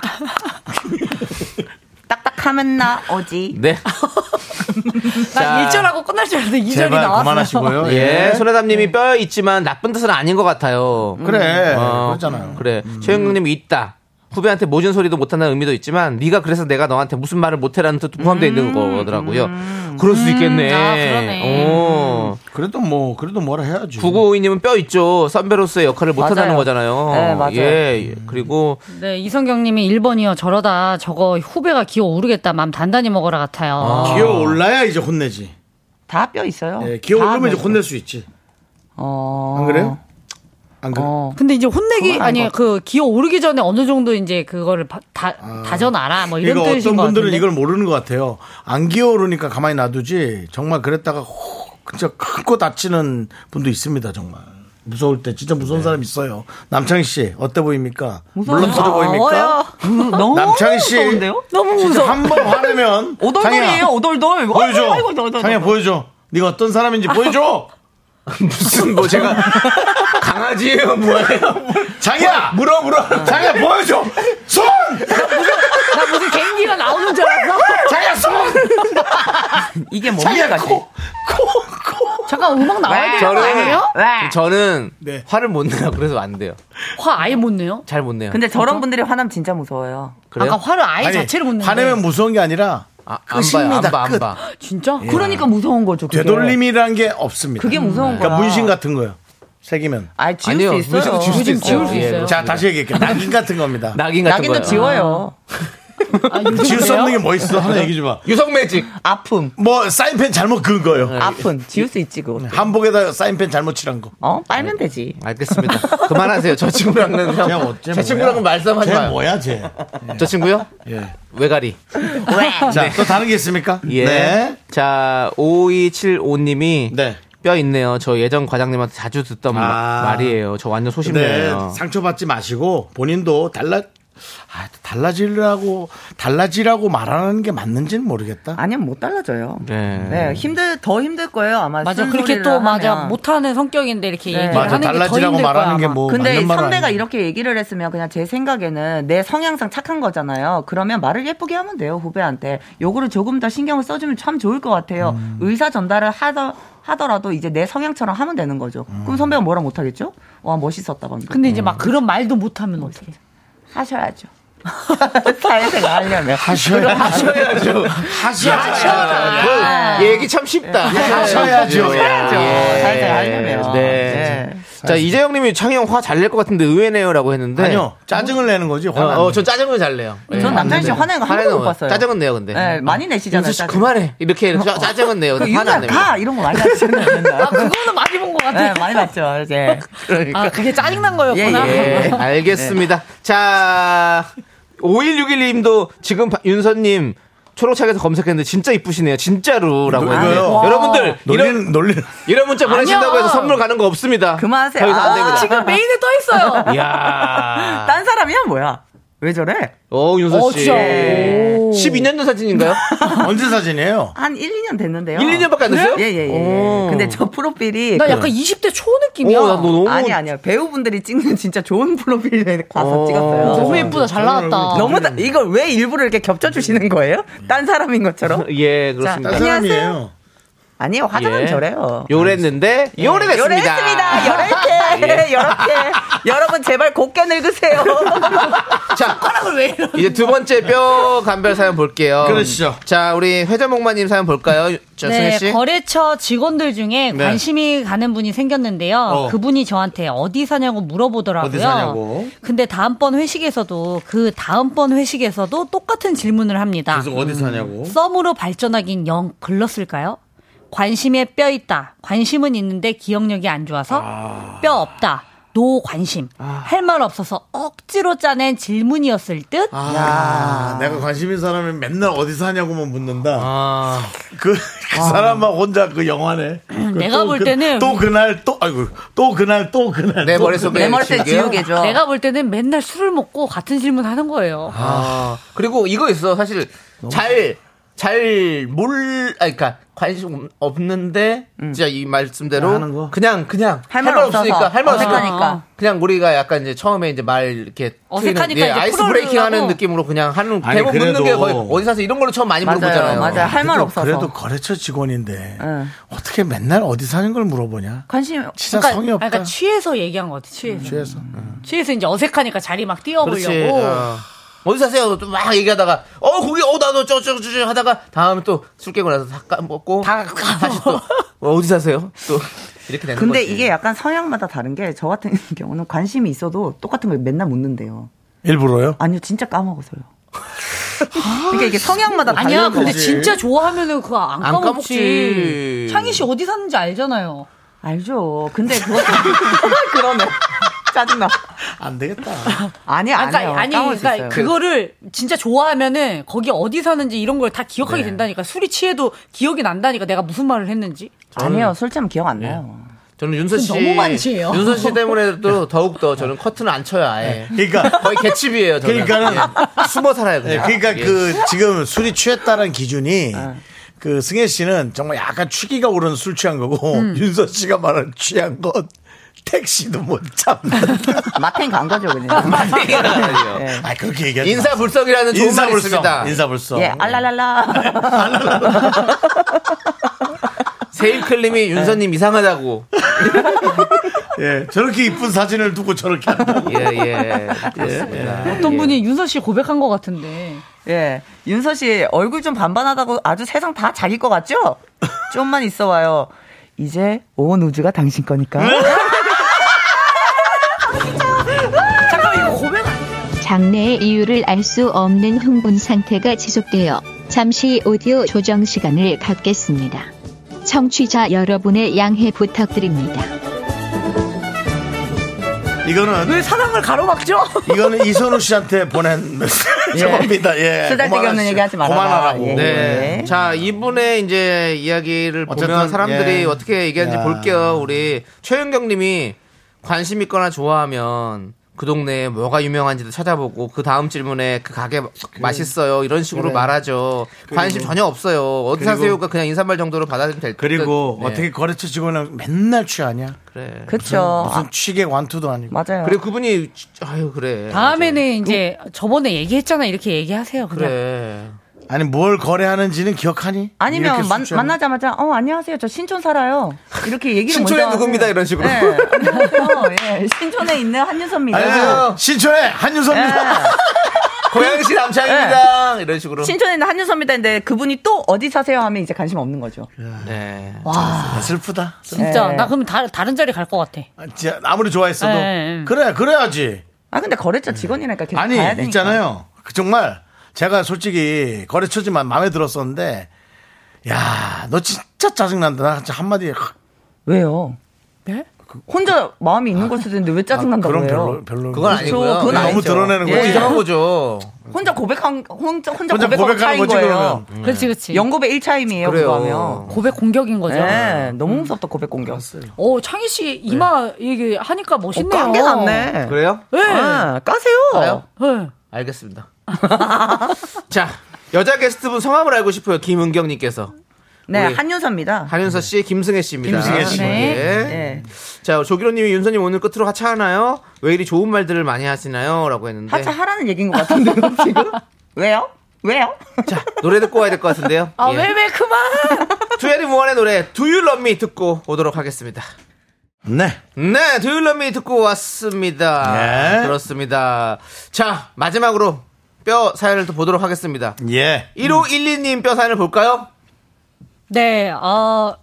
Speaker 9: 딱딱하면 나 오지.
Speaker 2: 네.
Speaker 4: 난
Speaker 2: 자.
Speaker 4: 1절하고 끝날 줄 알았는데 2절이
Speaker 1: 제발
Speaker 4: 나왔어.
Speaker 9: <laughs>
Speaker 1: 그만하시고요. 예.
Speaker 2: <laughs> 예, 손해담님이 뼈 있지만 나쁜 뜻은 아닌 것 같아요.
Speaker 1: 예, 그래.
Speaker 2: 어,
Speaker 1: 그렇잖아요.
Speaker 2: 그래. 최영님이 있다. 후배한테 모진 소리도 못한다는 의미도 있지만 네가 그래서 내가 너한테 무슨 말을 못해라는 뜻도 포함되어 있는 거더라고요. 그럴 수 있겠네.
Speaker 4: 아, 그러네.
Speaker 2: 어.
Speaker 1: 그래도 뭐 그래도 뭐라 해야지.
Speaker 2: 9952님은 뼈 있죠. 선배로서의 역할을 못하다는
Speaker 9: 맞아요.
Speaker 2: 거잖아요.
Speaker 9: 네, 맞아요.
Speaker 2: 예, 예. 그리고
Speaker 4: 네, 이성경님이 1번이요. 저러다 저거 후배가 기어 오르겠다. 맘 단단히 먹어라 같아요.
Speaker 1: 기어 올라야 이제 혼내지.
Speaker 9: 다 뼈 있어요.
Speaker 1: 예, 기어
Speaker 9: 다
Speaker 1: 오르면 이제
Speaker 9: 뼈
Speaker 1: 혼낼 수 있지.
Speaker 9: 어.
Speaker 1: 안 그래요? 안 그래?
Speaker 9: 어.
Speaker 4: 근데 이제 혼내기
Speaker 9: 그건
Speaker 4: 아니
Speaker 9: 아닌
Speaker 4: 그 기어 오르기 전에 어느 정도 이제 그거를 바- 다 다져놔라 뭐 이런
Speaker 1: 아. 그러니까
Speaker 4: 뜻인
Speaker 1: 어떤
Speaker 4: 것
Speaker 1: 분들은
Speaker 4: 같은데.
Speaker 1: 이걸 모르는 것 같아요. 안 기어오르니까 가만히 놔두지. 정말 그랬다가 호, 진짜 큰거 다치는 분도 있습니다. 정말 무서울 때 진짜
Speaker 9: 네.
Speaker 1: 무서운 사람 있어요. 남창희 씨 어때 보입니까? 물렁서져 보입니까?
Speaker 9: 뭐- 음, 너무
Speaker 1: 남창희 씨
Speaker 9: 무서운데요?
Speaker 1: 진짜 한 번 화내면
Speaker 9: <laughs> 오돌돌이에요,
Speaker 1: 장희야,
Speaker 9: 오돌돌.
Speaker 1: 보여줘.
Speaker 9: 아이고, 아이고, 아이고,
Speaker 1: 장야
Speaker 9: 아이고.
Speaker 1: 보여줘. 네가 어떤 사람인지
Speaker 9: <laughs>
Speaker 1: 보여줘.
Speaker 2: 무슨 뭐 제가 강아지예요, 뭐예요?
Speaker 1: 장야 물어 물어. 장야 보여줘. 손.
Speaker 4: 나 무슨 개인기가 나오는 줄 알았어.
Speaker 1: 장야 손.
Speaker 9: 이게
Speaker 1: 장야
Speaker 9: 뭡니까?
Speaker 1: 코. 코. 코.
Speaker 4: 잠깐 음악 나와야 되는 거
Speaker 2: 저는
Speaker 4: 아니에요?
Speaker 9: 왜?
Speaker 2: 저는
Speaker 1: 네.
Speaker 2: 화를 못 내요. 그래서 안 돼요.
Speaker 4: 화 아예 못 내요?
Speaker 2: 잘 못 내요.
Speaker 9: 근데 저런 분들이 화나면 진짜 무서워요.
Speaker 2: 그래요?
Speaker 4: 아까 화를 아예
Speaker 1: 아니,
Speaker 4: 자체를 못 내요.
Speaker 1: 화내면 무서운 게 아니라
Speaker 2: 아, 안 봐요. 안
Speaker 1: 끝입니다.
Speaker 2: 봐, 안
Speaker 1: 끝.
Speaker 2: 봐.
Speaker 4: 진짜?
Speaker 9: 그러니까 무서운 거죠. 그게.
Speaker 1: 예. 되돌림이라는 게 없습니다.
Speaker 9: 그게 무서운
Speaker 1: 그러니까
Speaker 9: 거야.
Speaker 1: 문신 같은 거요. 새기면.
Speaker 9: 아니, 지울
Speaker 2: 아니요,
Speaker 9: 수 아. 있어요.
Speaker 2: 문신도 지울 수 있어요.
Speaker 4: 지울 수
Speaker 2: 예,
Speaker 4: 있어요.
Speaker 1: 자, 다시 얘기할게요. 낙인 같은 겁니다.
Speaker 2: 낙인 같은
Speaker 9: 낙인도
Speaker 2: 거요.
Speaker 9: 지워요.
Speaker 4: 아, 요즘
Speaker 1: 지울 수
Speaker 4: 그래요?
Speaker 1: 없는 게 뭐 있어? 하나 얘기 좀 봐.
Speaker 2: 아. 유성매직.
Speaker 9: 아픔,
Speaker 1: 뭐, 사인펜 잘못 그은 거요.
Speaker 9: 아픈. 지울 수
Speaker 2: 네.
Speaker 9: 있지 그거.
Speaker 1: 한복에다 사인펜 잘못 칠한 거.
Speaker 9: 어, 빨면 되지.
Speaker 2: 알겠습니다. 그만하세요. 저 친구랑은
Speaker 1: 쟤
Speaker 2: 형.
Speaker 1: 어째
Speaker 2: 제
Speaker 1: 뭐야?
Speaker 2: 친구랑은 말씀하지
Speaker 1: 쟤
Speaker 2: 마요.
Speaker 1: 뭐야, 쟤.
Speaker 2: 저 친구요?
Speaker 1: 예.
Speaker 2: 외가리.
Speaker 1: 자, 또 다른 게 있습니까?
Speaker 2: 예.
Speaker 1: 네.
Speaker 2: 자, 5275님이
Speaker 1: 네.
Speaker 2: 뼈 있네요. 저 예전 과장님한테 자주 듣던 마-
Speaker 1: 아.
Speaker 2: 말이에요. 저 완전
Speaker 1: 근데
Speaker 2: 소심해요.
Speaker 1: 상처받지 마시고 본인도 달라, 아, 달라지려고, 달라지라고 말하는 게 맞는지는 모르겠다.
Speaker 9: 아니면 못 달라져요.
Speaker 2: 네.
Speaker 9: 네, 힘들 더 힘들 거예요 아마.
Speaker 4: 맞아.
Speaker 9: 쓴
Speaker 4: 그렇게
Speaker 9: 소리를
Speaker 4: 또 맞아.
Speaker 9: 하면. 네.
Speaker 4: 못하는 성격인데 이렇게 얘기를
Speaker 1: 맞아.
Speaker 4: 하는 게 더
Speaker 1: 달라지라고
Speaker 4: 힘들 거야.
Speaker 1: 말하는 게
Speaker 4: 아마.
Speaker 1: 뭐.
Speaker 9: 근데
Speaker 1: 맞는 말은
Speaker 9: 선배가
Speaker 1: 아니에요.
Speaker 9: 이렇게 얘기를 했으면 그냥 제 생각에는 내 성향상 착한 거잖아요. 그러면 말을 예쁘게 하면 돼요 후배한테. 요거를 조금 더 신경을 써주면 참 좋을 것 같아요.
Speaker 1: 음.
Speaker 9: 의사 전달을 하더 하더라도 이제 내 성향처럼 하면 되는 거죠.
Speaker 1: 음.
Speaker 9: 그럼 선배가 뭐라 못 하겠죠? 와 멋있었다 방금.
Speaker 4: 근데 이제 막 그런 말도 못 하면 어떡해.
Speaker 9: 하셔야죠. <laughs> 사회생활 하려면
Speaker 1: 하셔야, 하셔야죠. 하셔야죠.
Speaker 2: 아, 그 얘기 참 쉽다. 네.
Speaker 1: 하셔야죠.
Speaker 2: 예.
Speaker 9: 잘 알려면.
Speaker 2: 네. 자, 이재영 님이 창희 형화 잘 낼 것 같은데 의외네요 라고 했는데.
Speaker 1: 아니요. 짜증을 내는 거지.
Speaker 2: 어,
Speaker 1: 화나.
Speaker 2: 어, 전 짜증을 잘 내요. 예.
Speaker 9: 전 남창희 씨 화내는 거 한 번도 못 봤어요.
Speaker 2: 짜증은 내요, 근데.
Speaker 9: 네, 많이 내시잖아요,
Speaker 2: 윤수 씨
Speaker 9: 짜증.
Speaker 2: 그만해. 이렇게 짜- 짜증은 내요.
Speaker 9: 그
Speaker 2: 근데 화는 안
Speaker 9: 유나
Speaker 2: 냅니다.
Speaker 9: 가 이런 거 많이 하시잖아요.
Speaker 4: 아,
Speaker 9: 맨날.
Speaker 4: 그거는 많이 본 것 같아.
Speaker 9: 네, 많이 봤죠.
Speaker 1: <laughs>
Speaker 9: 이제
Speaker 1: 그러니까.
Speaker 4: 아, 그게 짜증난 거였구나.
Speaker 2: 예,
Speaker 9: <laughs>
Speaker 2: 알겠습니다.
Speaker 9: 네.
Speaker 2: 자, 5161님도 지금 바- 윤서님 초록창에서 검색했는데 진짜 이쁘시네요. 진짜로라고
Speaker 9: 아,
Speaker 1: 너-
Speaker 9: 네.
Speaker 2: 했는데
Speaker 1: 이거요?
Speaker 2: 여러분들 이런
Speaker 1: 놀리는, 놀리는.
Speaker 2: 이런 문자 보내신다고 해서 선물 가는 거 없습니다. 아.
Speaker 9: 그만하세요.
Speaker 2: 더 이상 안
Speaker 9: 아,
Speaker 2: 됩니다.
Speaker 4: 지금 메인에 떠 있어요.
Speaker 9: <laughs>
Speaker 2: 이야.
Speaker 9: 딴 사람이야 뭐야? 왜 저래?
Speaker 2: 어, 윤서 씨. 어. 12년도 사진인가요?
Speaker 1: 언제 <laughs> 사진이에요?
Speaker 9: 한 1, 2년 됐는데요.
Speaker 2: 1, 2년밖에 안 됐어요?
Speaker 9: 예, 예, 예.
Speaker 2: 오.
Speaker 9: 근데 저 프로필이.
Speaker 11: 나 약간 20대 초 느낌이야. 오, 나너 너무-
Speaker 9: 아니, 아니요. 배우분들이 찍는 진짜 좋은 프로필에 가서 찍었어요.
Speaker 11: 너무 예쁘다. 잘 나왔다.
Speaker 9: 너무,
Speaker 2: 음.
Speaker 9: 다, 이걸 왜 일부러 이렇게 겹쳐주시는 거예요? 딴 사람인 것처럼?
Speaker 2: 예, 그렇습니다.
Speaker 9: 자,
Speaker 2: 딴
Speaker 9: 안녕하세요.
Speaker 2: 사람이에요.
Speaker 9: 아니요, 화장은
Speaker 2: 예.
Speaker 9: 저래요. 네.
Speaker 2: 요랬는데 요래됐습니다. 예. <laughs>
Speaker 9: 요랬습니다. 요렇게, 요렇게. 여러분, 제발 곱게
Speaker 4: <laughs>
Speaker 9: 늙으세요.
Speaker 2: 자, 숟가락을 왜 이러 이제 두 번째 뼈 간별 사연 볼게요.
Speaker 1: 그러시죠.
Speaker 2: 자, 우리 회전목마님 사연 볼까요? 저 승혜
Speaker 4: 네,
Speaker 2: 씨.
Speaker 4: 거래처 직원들 중에
Speaker 2: 네.
Speaker 4: 관심이 가는 분이 생겼는데요.
Speaker 2: 어.
Speaker 4: 그분이 저한테 어디 사냐고 물어보더라고요.
Speaker 2: 어디 사냐고?
Speaker 4: 근데 다음번 회식에서도 그 다음번 회식에서도 똑같은 질문을 합니다.
Speaker 1: 그래서 어디
Speaker 4: 음,
Speaker 1: 사냐고?
Speaker 4: 썸으로 발전하긴 영 글렀을까요? 관심에 뼈 있다. 관심은 있는데 기억력이 안 좋아서 뼈 없다. 노 관심. 할 말 없어서 억지로 짜낸 질문이었을 듯.
Speaker 1: 야, 아, 내가 관심 있는 사람이 맨날 어디 사냐고만 묻는다.
Speaker 2: 아.
Speaker 1: 그, 그 사람만 혼자 그 영화네. 그
Speaker 4: 아. 음, 내가
Speaker 1: 또
Speaker 4: 볼
Speaker 1: 그-
Speaker 4: 때는-
Speaker 1: 또 그날 또 아이고 또 그날 또 그날 또 그날.
Speaker 4: 내가 볼 때는 맨날 술을 먹고 같은 질문 하는 거예요.
Speaker 2: 아, 그리고 이거 있어. 사실 잘, 잘 몰, 아, 그니까 관심 없는데,
Speaker 1: 음.
Speaker 2: 진짜 이
Speaker 1: 아,
Speaker 2: 말씀대로.
Speaker 9: 하는 거?
Speaker 2: 그냥, 그냥.
Speaker 9: 할
Speaker 2: 할
Speaker 9: 말
Speaker 2: 말
Speaker 9: 없어서.
Speaker 2: 없으니까. 할 말
Speaker 9: 어색하니까.
Speaker 2: 없으니까. 그냥 우리가 약간 이제 처음에 이제 말 이렇게.
Speaker 9: 어색하니까
Speaker 2: 트이는, 예,
Speaker 9: 이제
Speaker 2: 아이스
Speaker 9: 풀어내려고.
Speaker 2: 브레이킹 하는 느낌으로 그냥 하는,
Speaker 1: 아니,
Speaker 2: 대본 묻는 게
Speaker 1: 그래도-
Speaker 2: 거의 어디 사서 이런 걸로 처음 많이
Speaker 1: 맞아요,
Speaker 2: 물어보잖아요.
Speaker 1: 맞아요. 할말
Speaker 2: 그래도-
Speaker 1: 없어서. 그래도 거래처 직원인데 어떻게 맨날 어디 사는 걸 물어보냐?
Speaker 4: 관심
Speaker 1: 진짜 성의 없다.
Speaker 4: 그러니까 취해서 얘기한 거 같아. 취해서.
Speaker 1: 취해서.
Speaker 4: 취해서 이제 어색하니까 자리 막
Speaker 2: 그렇지.
Speaker 4: 뛰어보려고.
Speaker 2: 어. 어디 사세요? 또 막 얘기하다가 어 거기 어 나도 저저저 하다가 다음에 또 술 깨고 나서 다 까먹고 다시 또 어, 어디 사세요? 또 이렇게 되는
Speaker 9: 근데
Speaker 2: 거지.
Speaker 9: 이게 약간 성향마다 다른 게 저 같은 <laughs> 경우는 관심이 있어도 똑같은 걸 맨날 묻는데요.
Speaker 1: 일부러요?
Speaker 9: 아니요, 진짜 까먹어서요. 그러니까 이게 성향마다
Speaker 4: 아니야,
Speaker 9: 다른
Speaker 4: 근데
Speaker 9: 거지.
Speaker 4: 진짜 좋아하면은 그거 안,
Speaker 9: 안
Speaker 4: 까먹지.
Speaker 9: 까먹지.
Speaker 4: 창희 씨 어디 사는지 알잖아요.
Speaker 9: 알죠. 근데 그것도 그러네. 짜증나.
Speaker 1: 안 되겠다.
Speaker 9: 아니
Speaker 4: 아,
Speaker 9: 아니
Speaker 4: 그러니까, 아니,
Speaker 2: 네.
Speaker 4: 그러니까 그거를 진짜 좋아하면은 거기 어디 사는지 이런 걸 다 기억하게
Speaker 9: 네.
Speaker 4: 된다니까 술이 취해도 기억이 난다니까 내가 무슨 말을 했는지.
Speaker 9: 아니요, 술 취하면 기억 안 나요.
Speaker 2: 저는 윤서 씨
Speaker 4: 너무 많이 취해요.
Speaker 2: 윤서 씨 때문에 또 더욱 더 저는 커튼을 안 쳐요 아예.
Speaker 1: 그러니까
Speaker 2: 거의 개칩이에요. 저는.
Speaker 1: 그러니까는
Speaker 2: 예. 숨어 살아요
Speaker 1: 네,
Speaker 2: 그냥.
Speaker 1: 그러니까
Speaker 2: 예.
Speaker 1: 그 지금 술이 취했다는 기준이
Speaker 9: 아.
Speaker 1: 그 승혜 씨는 정말 약간 취기가 오른 술 취한 거고 <laughs>
Speaker 9: 음.
Speaker 1: 윤서 씨가 말한 취한 건 택시도 못 잡는
Speaker 9: 마탱 간 거죠 그냥. 네.
Speaker 1: 아 그렇게 얘기하지
Speaker 2: 예. 인사
Speaker 1: 마세요.
Speaker 2: 불성이라는 좋은
Speaker 1: 인사
Speaker 2: 말이
Speaker 1: 불성,
Speaker 2: 있습니다.
Speaker 1: 인사 불성.
Speaker 9: 예, 알랄랄라. <laughs>
Speaker 2: 세일클님이
Speaker 1: 네.
Speaker 2: 윤서님 이상하다고.
Speaker 1: 예, 저렇게 이쁜 사진을 두고 저렇게 한다고.
Speaker 2: 예, 예.
Speaker 3: 예.
Speaker 4: 어떤 분이 윤서 씨 고백한 것 같은데.
Speaker 9: 예. 윤서 씨 얼굴 좀 반반하다고 아주 세상 다 자기 거 같죠? 좀만 있어 와요. 이제 온 우주가 당신 거니까. <laughs>
Speaker 10: 장래의 이유를 알 수 없는 흥분 상태가 지속되어 잠시 오디오 조정 시간을 갖겠습니다. 청취자 여러분의 양해 부탁드립니다.
Speaker 1: 이거는
Speaker 4: 왜 사랑을 가로막죠?
Speaker 1: 이거는 이선우 씨한테
Speaker 9: <laughs>
Speaker 1: 보낸 메시지입니다. 예.
Speaker 9: 쓰잘데기
Speaker 1: 그만하시죠.
Speaker 9: 없는 얘기 하지 말아라.
Speaker 1: 그만하라고.
Speaker 9: 예.
Speaker 2: 네. 자, 이분의 이제 이야기를
Speaker 1: 어쨌든,
Speaker 2: 보면 사람들이
Speaker 1: 예.
Speaker 2: 어떻게 얘기하는지
Speaker 1: 야.
Speaker 2: 볼게요. 우리 최윤경 님이 관심 있거나 좋아하면 그 동네에 뭐가 유명한지도 찾아보고 그 다음 질문에 그 가게 맛있어요 이런 식으로
Speaker 1: 그래.
Speaker 2: 말하죠. 관심
Speaker 1: 그리고-
Speaker 2: 전혀 없어요. 어디
Speaker 1: 그리고-
Speaker 2: 사세요가 그냥 인사말 정도로 받아들면 될 듯.
Speaker 1: 그리고
Speaker 2: 네.
Speaker 1: 어떻게 거래처 직원은 맨날 취하냐?
Speaker 2: 그래.
Speaker 9: 그쵸. 아,
Speaker 1: 무슨, 무슨 취객 완투도 아니고.
Speaker 9: 맞아요.
Speaker 2: 그리고 그분이 아유 그래.
Speaker 4: 다음에는 이제 저번에 얘기했잖아 이렇게 얘기하세요. 그냥.
Speaker 9: 네.
Speaker 2: 그래.
Speaker 1: 아니 뭘 거래하는지는 기억하니? 이렇게
Speaker 9: 아니면
Speaker 1: 술
Speaker 9: 만,
Speaker 1: 취하면.
Speaker 9: 만나자마자 어 안녕하세요 저 신촌 살아요 이렇게 얘기를
Speaker 1: 신촌에
Speaker 9: 먼저
Speaker 1: 누굽니다,
Speaker 9: 하세요.
Speaker 1: 이런 식으로.
Speaker 9: 네. 안녕하세요. 예, 신촌에 있는 한유선입니다
Speaker 1: 안녕하세요. 신촌의 한윤섭입니다.
Speaker 9: 네.
Speaker 2: 고양시 남창입니다. 이런 식으로.
Speaker 9: 신촌에 있는 한유선입니다 근데 그분이 또 어디 사세요 하면 이제 관심 없는 거죠
Speaker 2: 네.
Speaker 4: 와.
Speaker 1: 아, 슬프다.
Speaker 4: 진짜
Speaker 9: 네.
Speaker 4: 나 그럼 다, 다른 자리 갈 것 같아.
Speaker 1: 아, 진짜 아무리 좋아했어도
Speaker 4: 네, 네.
Speaker 1: 그래 그래야지.
Speaker 9: 아 근데 거래처 직원이라니까 계속
Speaker 1: 음. 아니
Speaker 9: 봐야 되니까
Speaker 1: 있잖아요. 그 정말 제가 솔직히 거래처지만 마음에 들었었는데 야 너 진짜 짜증난다. 나 진짜 한마디 확
Speaker 9: 왜요?
Speaker 4: 네?
Speaker 9: 혼자 마음이 있는 걸 수도 있는데 왜 짜증난다고
Speaker 1: 아, 그럼
Speaker 9: 해요?
Speaker 1: 별로 별로
Speaker 2: 그건 아니고요.
Speaker 9: 그건
Speaker 2: 네,
Speaker 9: 아니죠.
Speaker 1: 너무 드러내는
Speaker 9: 예.
Speaker 1: 거지.
Speaker 2: 이상한 거죠.
Speaker 9: 혼자 고백한 혼자 혼자,
Speaker 1: 혼자
Speaker 9: 고백한
Speaker 1: 고백하는
Speaker 9: 차인
Speaker 1: 거지,
Speaker 9: 거예요.
Speaker 1: 그러면.
Speaker 4: 그렇지 그렇지.
Speaker 9: 연고배 1차임이에요
Speaker 2: 그래요.
Speaker 9: 그거 하면
Speaker 4: 고백 공격인 거죠. 음.
Speaker 9: 네, 너무 무섭다 고백 공격
Speaker 4: 오 창희 씨 이마 얘기 하니까 뭐 멋있네요.
Speaker 9: 깐게 낫네
Speaker 2: 그래요?
Speaker 4: 네.
Speaker 9: 아, 까세요.
Speaker 2: 까요?
Speaker 4: 네.
Speaker 2: 어. 알겠습니다. <laughs> 자, 여자 게스트분 성함을 알고 싶어요. 김은경님께서.
Speaker 9: 네,
Speaker 2: 우리
Speaker 9: 한윤서입니다.
Speaker 2: 한윤서 씨, 김승혜 씨입니다.
Speaker 9: 김승혜 씨.
Speaker 2: 예.
Speaker 9: 네.
Speaker 2: 자, 조기로님이 윤서님 오늘 끝으로 하차하나요? 왜 이리 좋은 말들을 많이 하시나요? 라고 했는데.
Speaker 9: 하차하라는 얘기인 것 같은데 <laughs> 지금 왜요? 왜요?
Speaker 2: 노래 듣고 와야 될 것
Speaker 9: <laughs>
Speaker 2: 같은데요.
Speaker 11: 아,
Speaker 2: 예.
Speaker 11: 왜, 왜, 그만!
Speaker 2: 두엘이 무한의 노래 Do You Love Me 듣고 오도록 하겠습니다.
Speaker 1: 네.
Speaker 2: 네, Do You Love Me 듣고 왔습니다.
Speaker 1: 네.
Speaker 2: 그렇습니다. 자, 마지막으로 뼈 사연을 또 보도록 하겠습니다.
Speaker 9: 음.
Speaker 1: 예.
Speaker 2: 1512님 뼈 사연을 볼까요?
Speaker 4: 네, 어,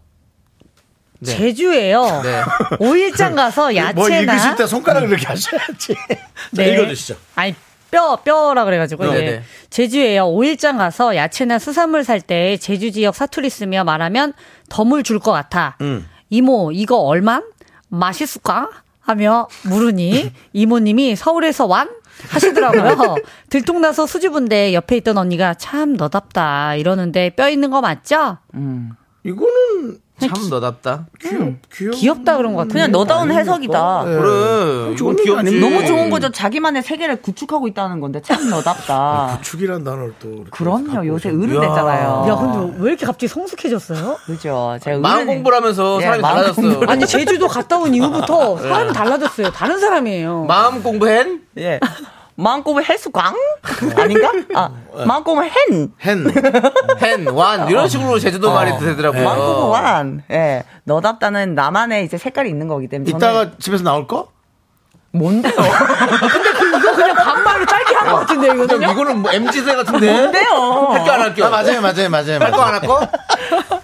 Speaker 2: 네.
Speaker 4: 제주에요.
Speaker 2: 네.
Speaker 4: 오일장 가서 야채나
Speaker 1: 뭘 읽으실 뭐 때 손가락을 이렇게 하셔야지. <laughs> 자, 읽어주시죠.
Speaker 4: 아니 뼈 뼈라
Speaker 1: 네,
Speaker 4: 그래가지고 예.
Speaker 1: 네.
Speaker 4: 제주에요. 오일장 가서 야채나 수산물 살 때 제주 지역 사투리 쓰며 말하면 덤을 줄 것 같아.
Speaker 12: 음.
Speaker 4: 이모 이거 얼만? 맛있을까? 하며 물으니 이모님이 서울에서 완? 하시더라고요. 들통나서 수줍은데 옆에 있던 언니가 참 너답다 이러는데 뼈 있는 거 맞죠?
Speaker 9: 음.
Speaker 1: 이거는
Speaker 2: 참 너답다.
Speaker 9: 네.
Speaker 4: 귀엽다 그런 것 같아요.
Speaker 9: 그냥 너다운 해석이다.
Speaker 2: 음. 그래. 이건
Speaker 9: 좋은 얘기
Speaker 2: 귀엽지.
Speaker 9: 아닙니까? 너무 좋은 거죠. 자기만의 세계를 구축하고 있다는 건데
Speaker 1: <laughs>
Speaker 9: 참 너답다.
Speaker 1: 구축이란 단어를 또.
Speaker 9: 그럼요. 요새 어른됐잖아요.
Speaker 4: 야, 근데 왜 이렇게 갑자기 성숙해졌어요?
Speaker 9: 그죠. 제가
Speaker 2: 마음 공부를
Speaker 9: 네,
Speaker 2: 하면서 사람이 달라졌어요.
Speaker 4: 아니 제주도 갔다 온 이후부터 사람이 달라졌어요. 다른 사람이에요.
Speaker 2: <laughs> 마음 공부했?
Speaker 9: 예. <laughs> 마음 공부 헬스광? 아닌가? 아, 마음 공부 헨.
Speaker 1: 헨.
Speaker 2: 헨, 완. 이런 식으로 제주도 말이 되더라고요.
Speaker 9: 어. 네. 마음 공부 완. 예. 너답다는 나만의 이제 색깔이 있는 거기 때문에.
Speaker 1: 이따가 집에서 나올 거?
Speaker 9: <laughs> 뭔데요?
Speaker 11: 근데 그- 이거 그냥 반말로 짧게 한 것
Speaker 9: 어.
Speaker 11: 같은데, 이거는요?
Speaker 2: 이거는 뭐 MZ세 같은데.
Speaker 9: 뭔데요?
Speaker 2: 할게 안 할게요.
Speaker 1: 아, 맞아요, 맞아요, 맞아요.
Speaker 2: 할거 안 할거?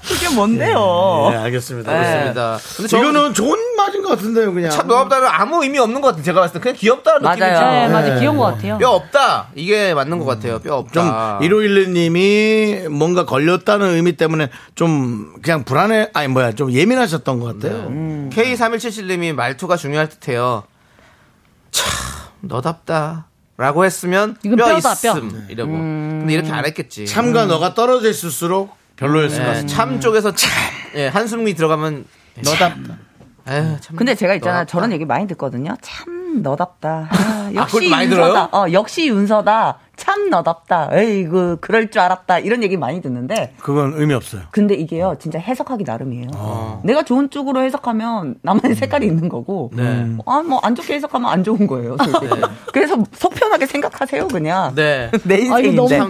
Speaker 9: 그게 뭔데요?
Speaker 1: 네, 알겠습니다.
Speaker 2: 네.
Speaker 1: 알겠습니다.
Speaker 2: 근데 저는-
Speaker 1: 이거는 좋은 말인 것 같은데요, 그냥.
Speaker 2: 참 너답다는 아무 의미 없는 것 같아요. 제가 봤을 때 그냥 귀엽다는
Speaker 1: 맞아요.
Speaker 2: 느낌이죠.
Speaker 1: 네,
Speaker 9: 예.
Speaker 1: 맞아요. 네. 귀여운 것
Speaker 4: 같아요.
Speaker 2: 뼈 없다. 이게 맞는 것 같아요. 뼈 없다.
Speaker 1: 좀 1511님이 뭔가 걸렸다는 의미 때문에 좀 그냥 불안해 아니 뭐야 좀 예민하셨던 것 같아요.
Speaker 2: K3177님이 말투가 중요할 듯해요. 참 너답다. 라고 했으면 뼈
Speaker 1: 뼈다,
Speaker 2: 있음
Speaker 1: 뼈.
Speaker 2: 이러고 근데 이렇게 안 했겠지 예,
Speaker 1: 참과 너가 떨어져 있을수록 별로였을 것 같습니다.
Speaker 2: 참 쪽에서 참 예, 한숨이 들어가면
Speaker 1: 너답다
Speaker 9: 근데 제가 있잖아 요
Speaker 2: 음, 너답다.
Speaker 9: 저런 얘기 많이 듣거든요.
Speaker 2: <laughs>
Speaker 9: 참 너답다. 아,
Speaker 2: 그걸
Speaker 9: 역시
Speaker 2: 많이 들어요?
Speaker 9: 윤서다. 어, 역시 윤서다. 참 너답다. 에이구 그럴 줄 알았다. 이런 얘기 많이 듣는데
Speaker 1: 그건 의미 없어요.
Speaker 9: 근데 이게요 진짜 해석하기 나름이에요.
Speaker 2: 아.
Speaker 9: 내가 좋은 쪽으로 해석하면 나만의 색깔이 있는 거고
Speaker 2: 네.
Speaker 1: 음.
Speaker 9: 아뭐 안 좋게 해석하면 안 좋은 거예요. 솔직히. 그래서 속 편하게 생각하세요 그냥.
Speaker 2: 네.
Speaker 9: <laughs>
Speaker 2: 예,
Speaker 9: 내 인생인데.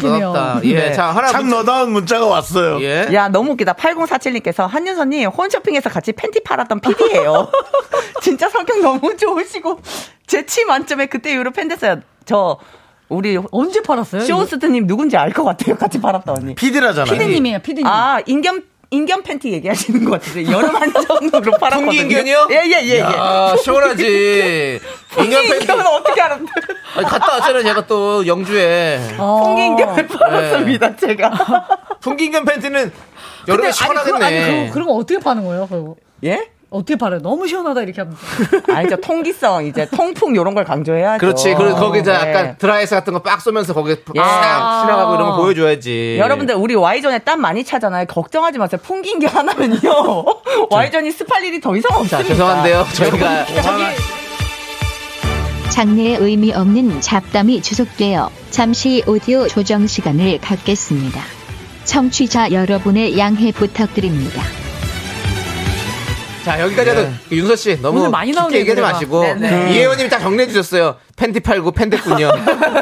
Speaker 1: 네. 참 너다운 문자가 왔어요.
Speaker 2: 네?
Speaker 9: 야, 너무 웃기다. 8047님께서 한윤서님 혼쇼핑에서 같이 팬티 팔았던 PD예요. <laughs> 진짜 성격 너무 좋으시고 제 치 만점에 그때 이후로 팬 됐어요. 저 우리
Speaker 4: 언제 팔았어요?
Speaker 9: 쇼호스트님 누군지 알 것 같아요. 같이 팔았던 언니.
Speaker 1: PD라잖아요.
Speaker 4: 피디님이에요, 피디님.
Speaker 9: 아 인견 인견 팬티 얘기하시는 것 같은데 여름 한정으로 팔았거든요.
Speaker 2: <laughs> 풍기인견이요?
Speaker 9: 예예예 예.
Speaker 2: 야, 시원하지. 인간 팬티.
Speaker 9: 풍기인견은 어떻게 알았대?
Speaker 2: 아니, 갔다 왔잖아요. 제가 또 영주에.
Speaker 9: 어.
Speaker 4: 아.
Speaker 9: 풍기인견을
Speaker 2: 네.
Speaker 9: 팔았습니다 제가.
Speaker 4: <laughs>
Speaker 2: 풍기인견 팬티는 여름에 시원하겠네.
Speaker 4: 아니, 그, 그런 거 어떻게 파는 거예요? 그거?
Speaker 9: 예?
Speaker 4: 어떻게 팔아요? 너무 시원하다 이렇게 하면.
Speaker 9: <laughs> 아니죠 통기성 이제 통풍 이런 걸 강조해야죠.
Speaker 2: 그렇지. 그 거기 이제
Speaker 9: 네.
Speaker 2: 약간 드라이스 같은 거 빡 쏘면서 거기에 팍
Speaker 9: 예.
Speaker 2: 지나가고 이런 거 보여줘야지.
Speaker 9: 네. 여러분들 우리 Y전에 땀 많이 차잖아요. 걱정하지 마세요. 풍긴
Speaker 2: <laughs>
Speaker 9: 게 하나면요. Y전이 습할 일이 더 이상 없습니다. <laughs>
Speaker 2: 죄송한데요. 저희가
Speaker 1: 아,
Speaker 10: 장르의 의미 없는 잡담이 주속되어 잠시 오디오 조정 시간을 갖겠습니다. 청취자 여러분의 양해 부탁드립니다.
Speaker 2: 자, 여기까지 하도 윤서 씨 너무
Speaker 10: 오늘 많이
Speaker 2: 깊게
Speaker 10: 나오네요,
Speaker 2: 얘기하지
Speaker 10: 노래가.
Speaker 2: 마시고. 그
Speaker 10: 네네.
Speaker 2: 이혜원님이 다 정리해주셨어요. 팬티 팔고 팬 됐군요.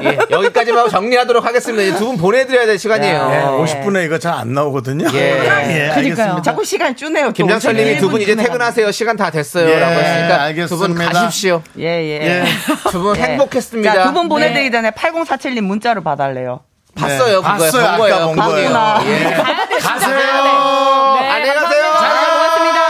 Speaker 2: 예, 여기까지만 하고 정리하도록 하겠습니다. 두 분 보내드려야 될 시간이에요. 네.
Speaker 1: 예, 50분에 이거 잘 안 나오거든요.
Speaker 2: 예. 그러니까요.
Speaker 1: 알겠습니다.
Speaker 9: 자꾸 시간 쭈네요. 또. 네.
Speaker 2: 김장철 님이 두 분 이제
Speaker 9: 11분 쯤에
Speaker 2: 퇴근하세요. 시간 다 됐어요.
Speaker 1: 예,
Speaker 2: 라고 했으니까 두 분
Speaker 1: 알겠습니다.
Speaker 2: 가십시오.
Speaker 9: 예, 예.
Speaker 2: 예. 두
Speaker 9: <laughs>
Speaker 2: 분
Speaker 9: 예.
Speaker 2: 행복했습니다.
Speaker 9: 자, 두분
Speaker 2: 네.
Speaker 9: 보내드리기 전에 8047님 문자로 봐달래요.
Speaker 2: 봤어요. 그거요. 봤어요. 본 거예요. 아까 본 거예요.
Speaker 9: 봤구나.
Speaker 2: 예.
Speaker 9: 가야 돼, 진짜
Speaker 2: 가세요.
Speaker 9: 가야 돼. 네,
Speaker 2: 안녕히 가세요. 아,
Speaker 9: 감사합니다. 잘 먹었습니다.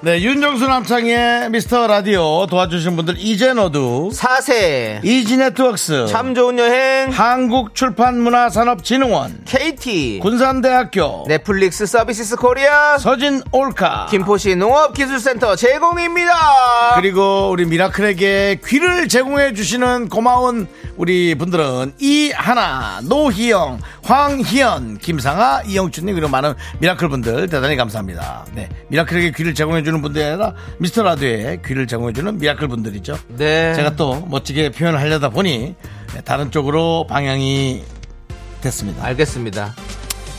Speaker 1: 네, 윤정수 남창의 미스터 라디오 도와주신 분들 이젠어두
Speaker 2: 사세
Speaker 1: 이지네트웍스
Speaker 2: 어. 참 좋은 여행
Speaker 1: 한국출판문화산업진흥원
Speaker 2: KT
Speaker 1: 군산대학교
Speaker 2: 넷플릭스 서비스 코리아
Speaker 1: 서진 올카
Speaker 2: 네. 김포시 농업기술센터 제공입니다.
Speaker 1: 그리고 우리 미라클에게 귀를 제공해 주시는 고마운 우리 분들은 이하나, 노희영, 황희연, 김상아, 이영춘님 그리고 많은 미라클 분들 대단히 감사합니다. 네, 미라클에게 귀를 제공해주는 분들이 아니라 미스터 라디오에 귀를 제공해주는 미라클 분들이죠.
Speaker 2: 네.
Speaker 1: 제가 또 멋지게 표현을 하려다 보니 다른 쪽으로 방향이 됐습니다.
Speaker 2: 알겠습니다. 아,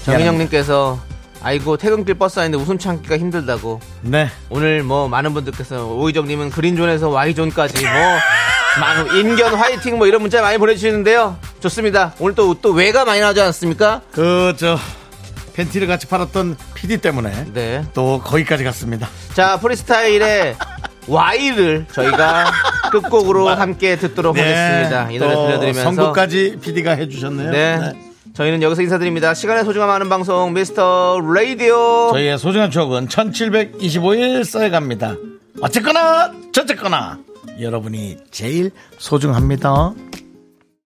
Speaker 2: 정인영님께서 아이고 퇴근길 버스 안인데 웃음 참기가 힘들다고.
Speaker 1: 네.
Speaker 2: 오늘 뭐 많은 분들께서 오이정님은 그린존에서
Speaker 1: <laughs>
Speaker 2: Y존까지 뭐 많은 인견 화이팅 뭐 이런 문자 많이 보내주시는데요. 좋습니다. 오늘 또 또 외가 많이 나지 않았습니까?
Speaker 1: 그 저 팬티를 같이 팔았던 PD 때문에
Speaker 2: 네.
Speaker 1: 또 거기까지 갔습니다.
Speaker 2: 자 프리스타일의 Y를 저희가 끝곡으로 함께 듣도록 하겠습니다. 네. 이 노래
Speaker 1: 네, 또
Speaker 2: 들려드리면서
Speaker 1: 선곡까지 PD가 해주셨네요.
Speaker 2: 네. 저희는 여기서 인사드립니다. 시간의 소중함 아는 방송 미스터 라디오.
Speaker 1: 저희의 소중한 추억은 1725일 써야갑니다. 어쨌거나 저쨌거나 여러분이 제일 소중합니다.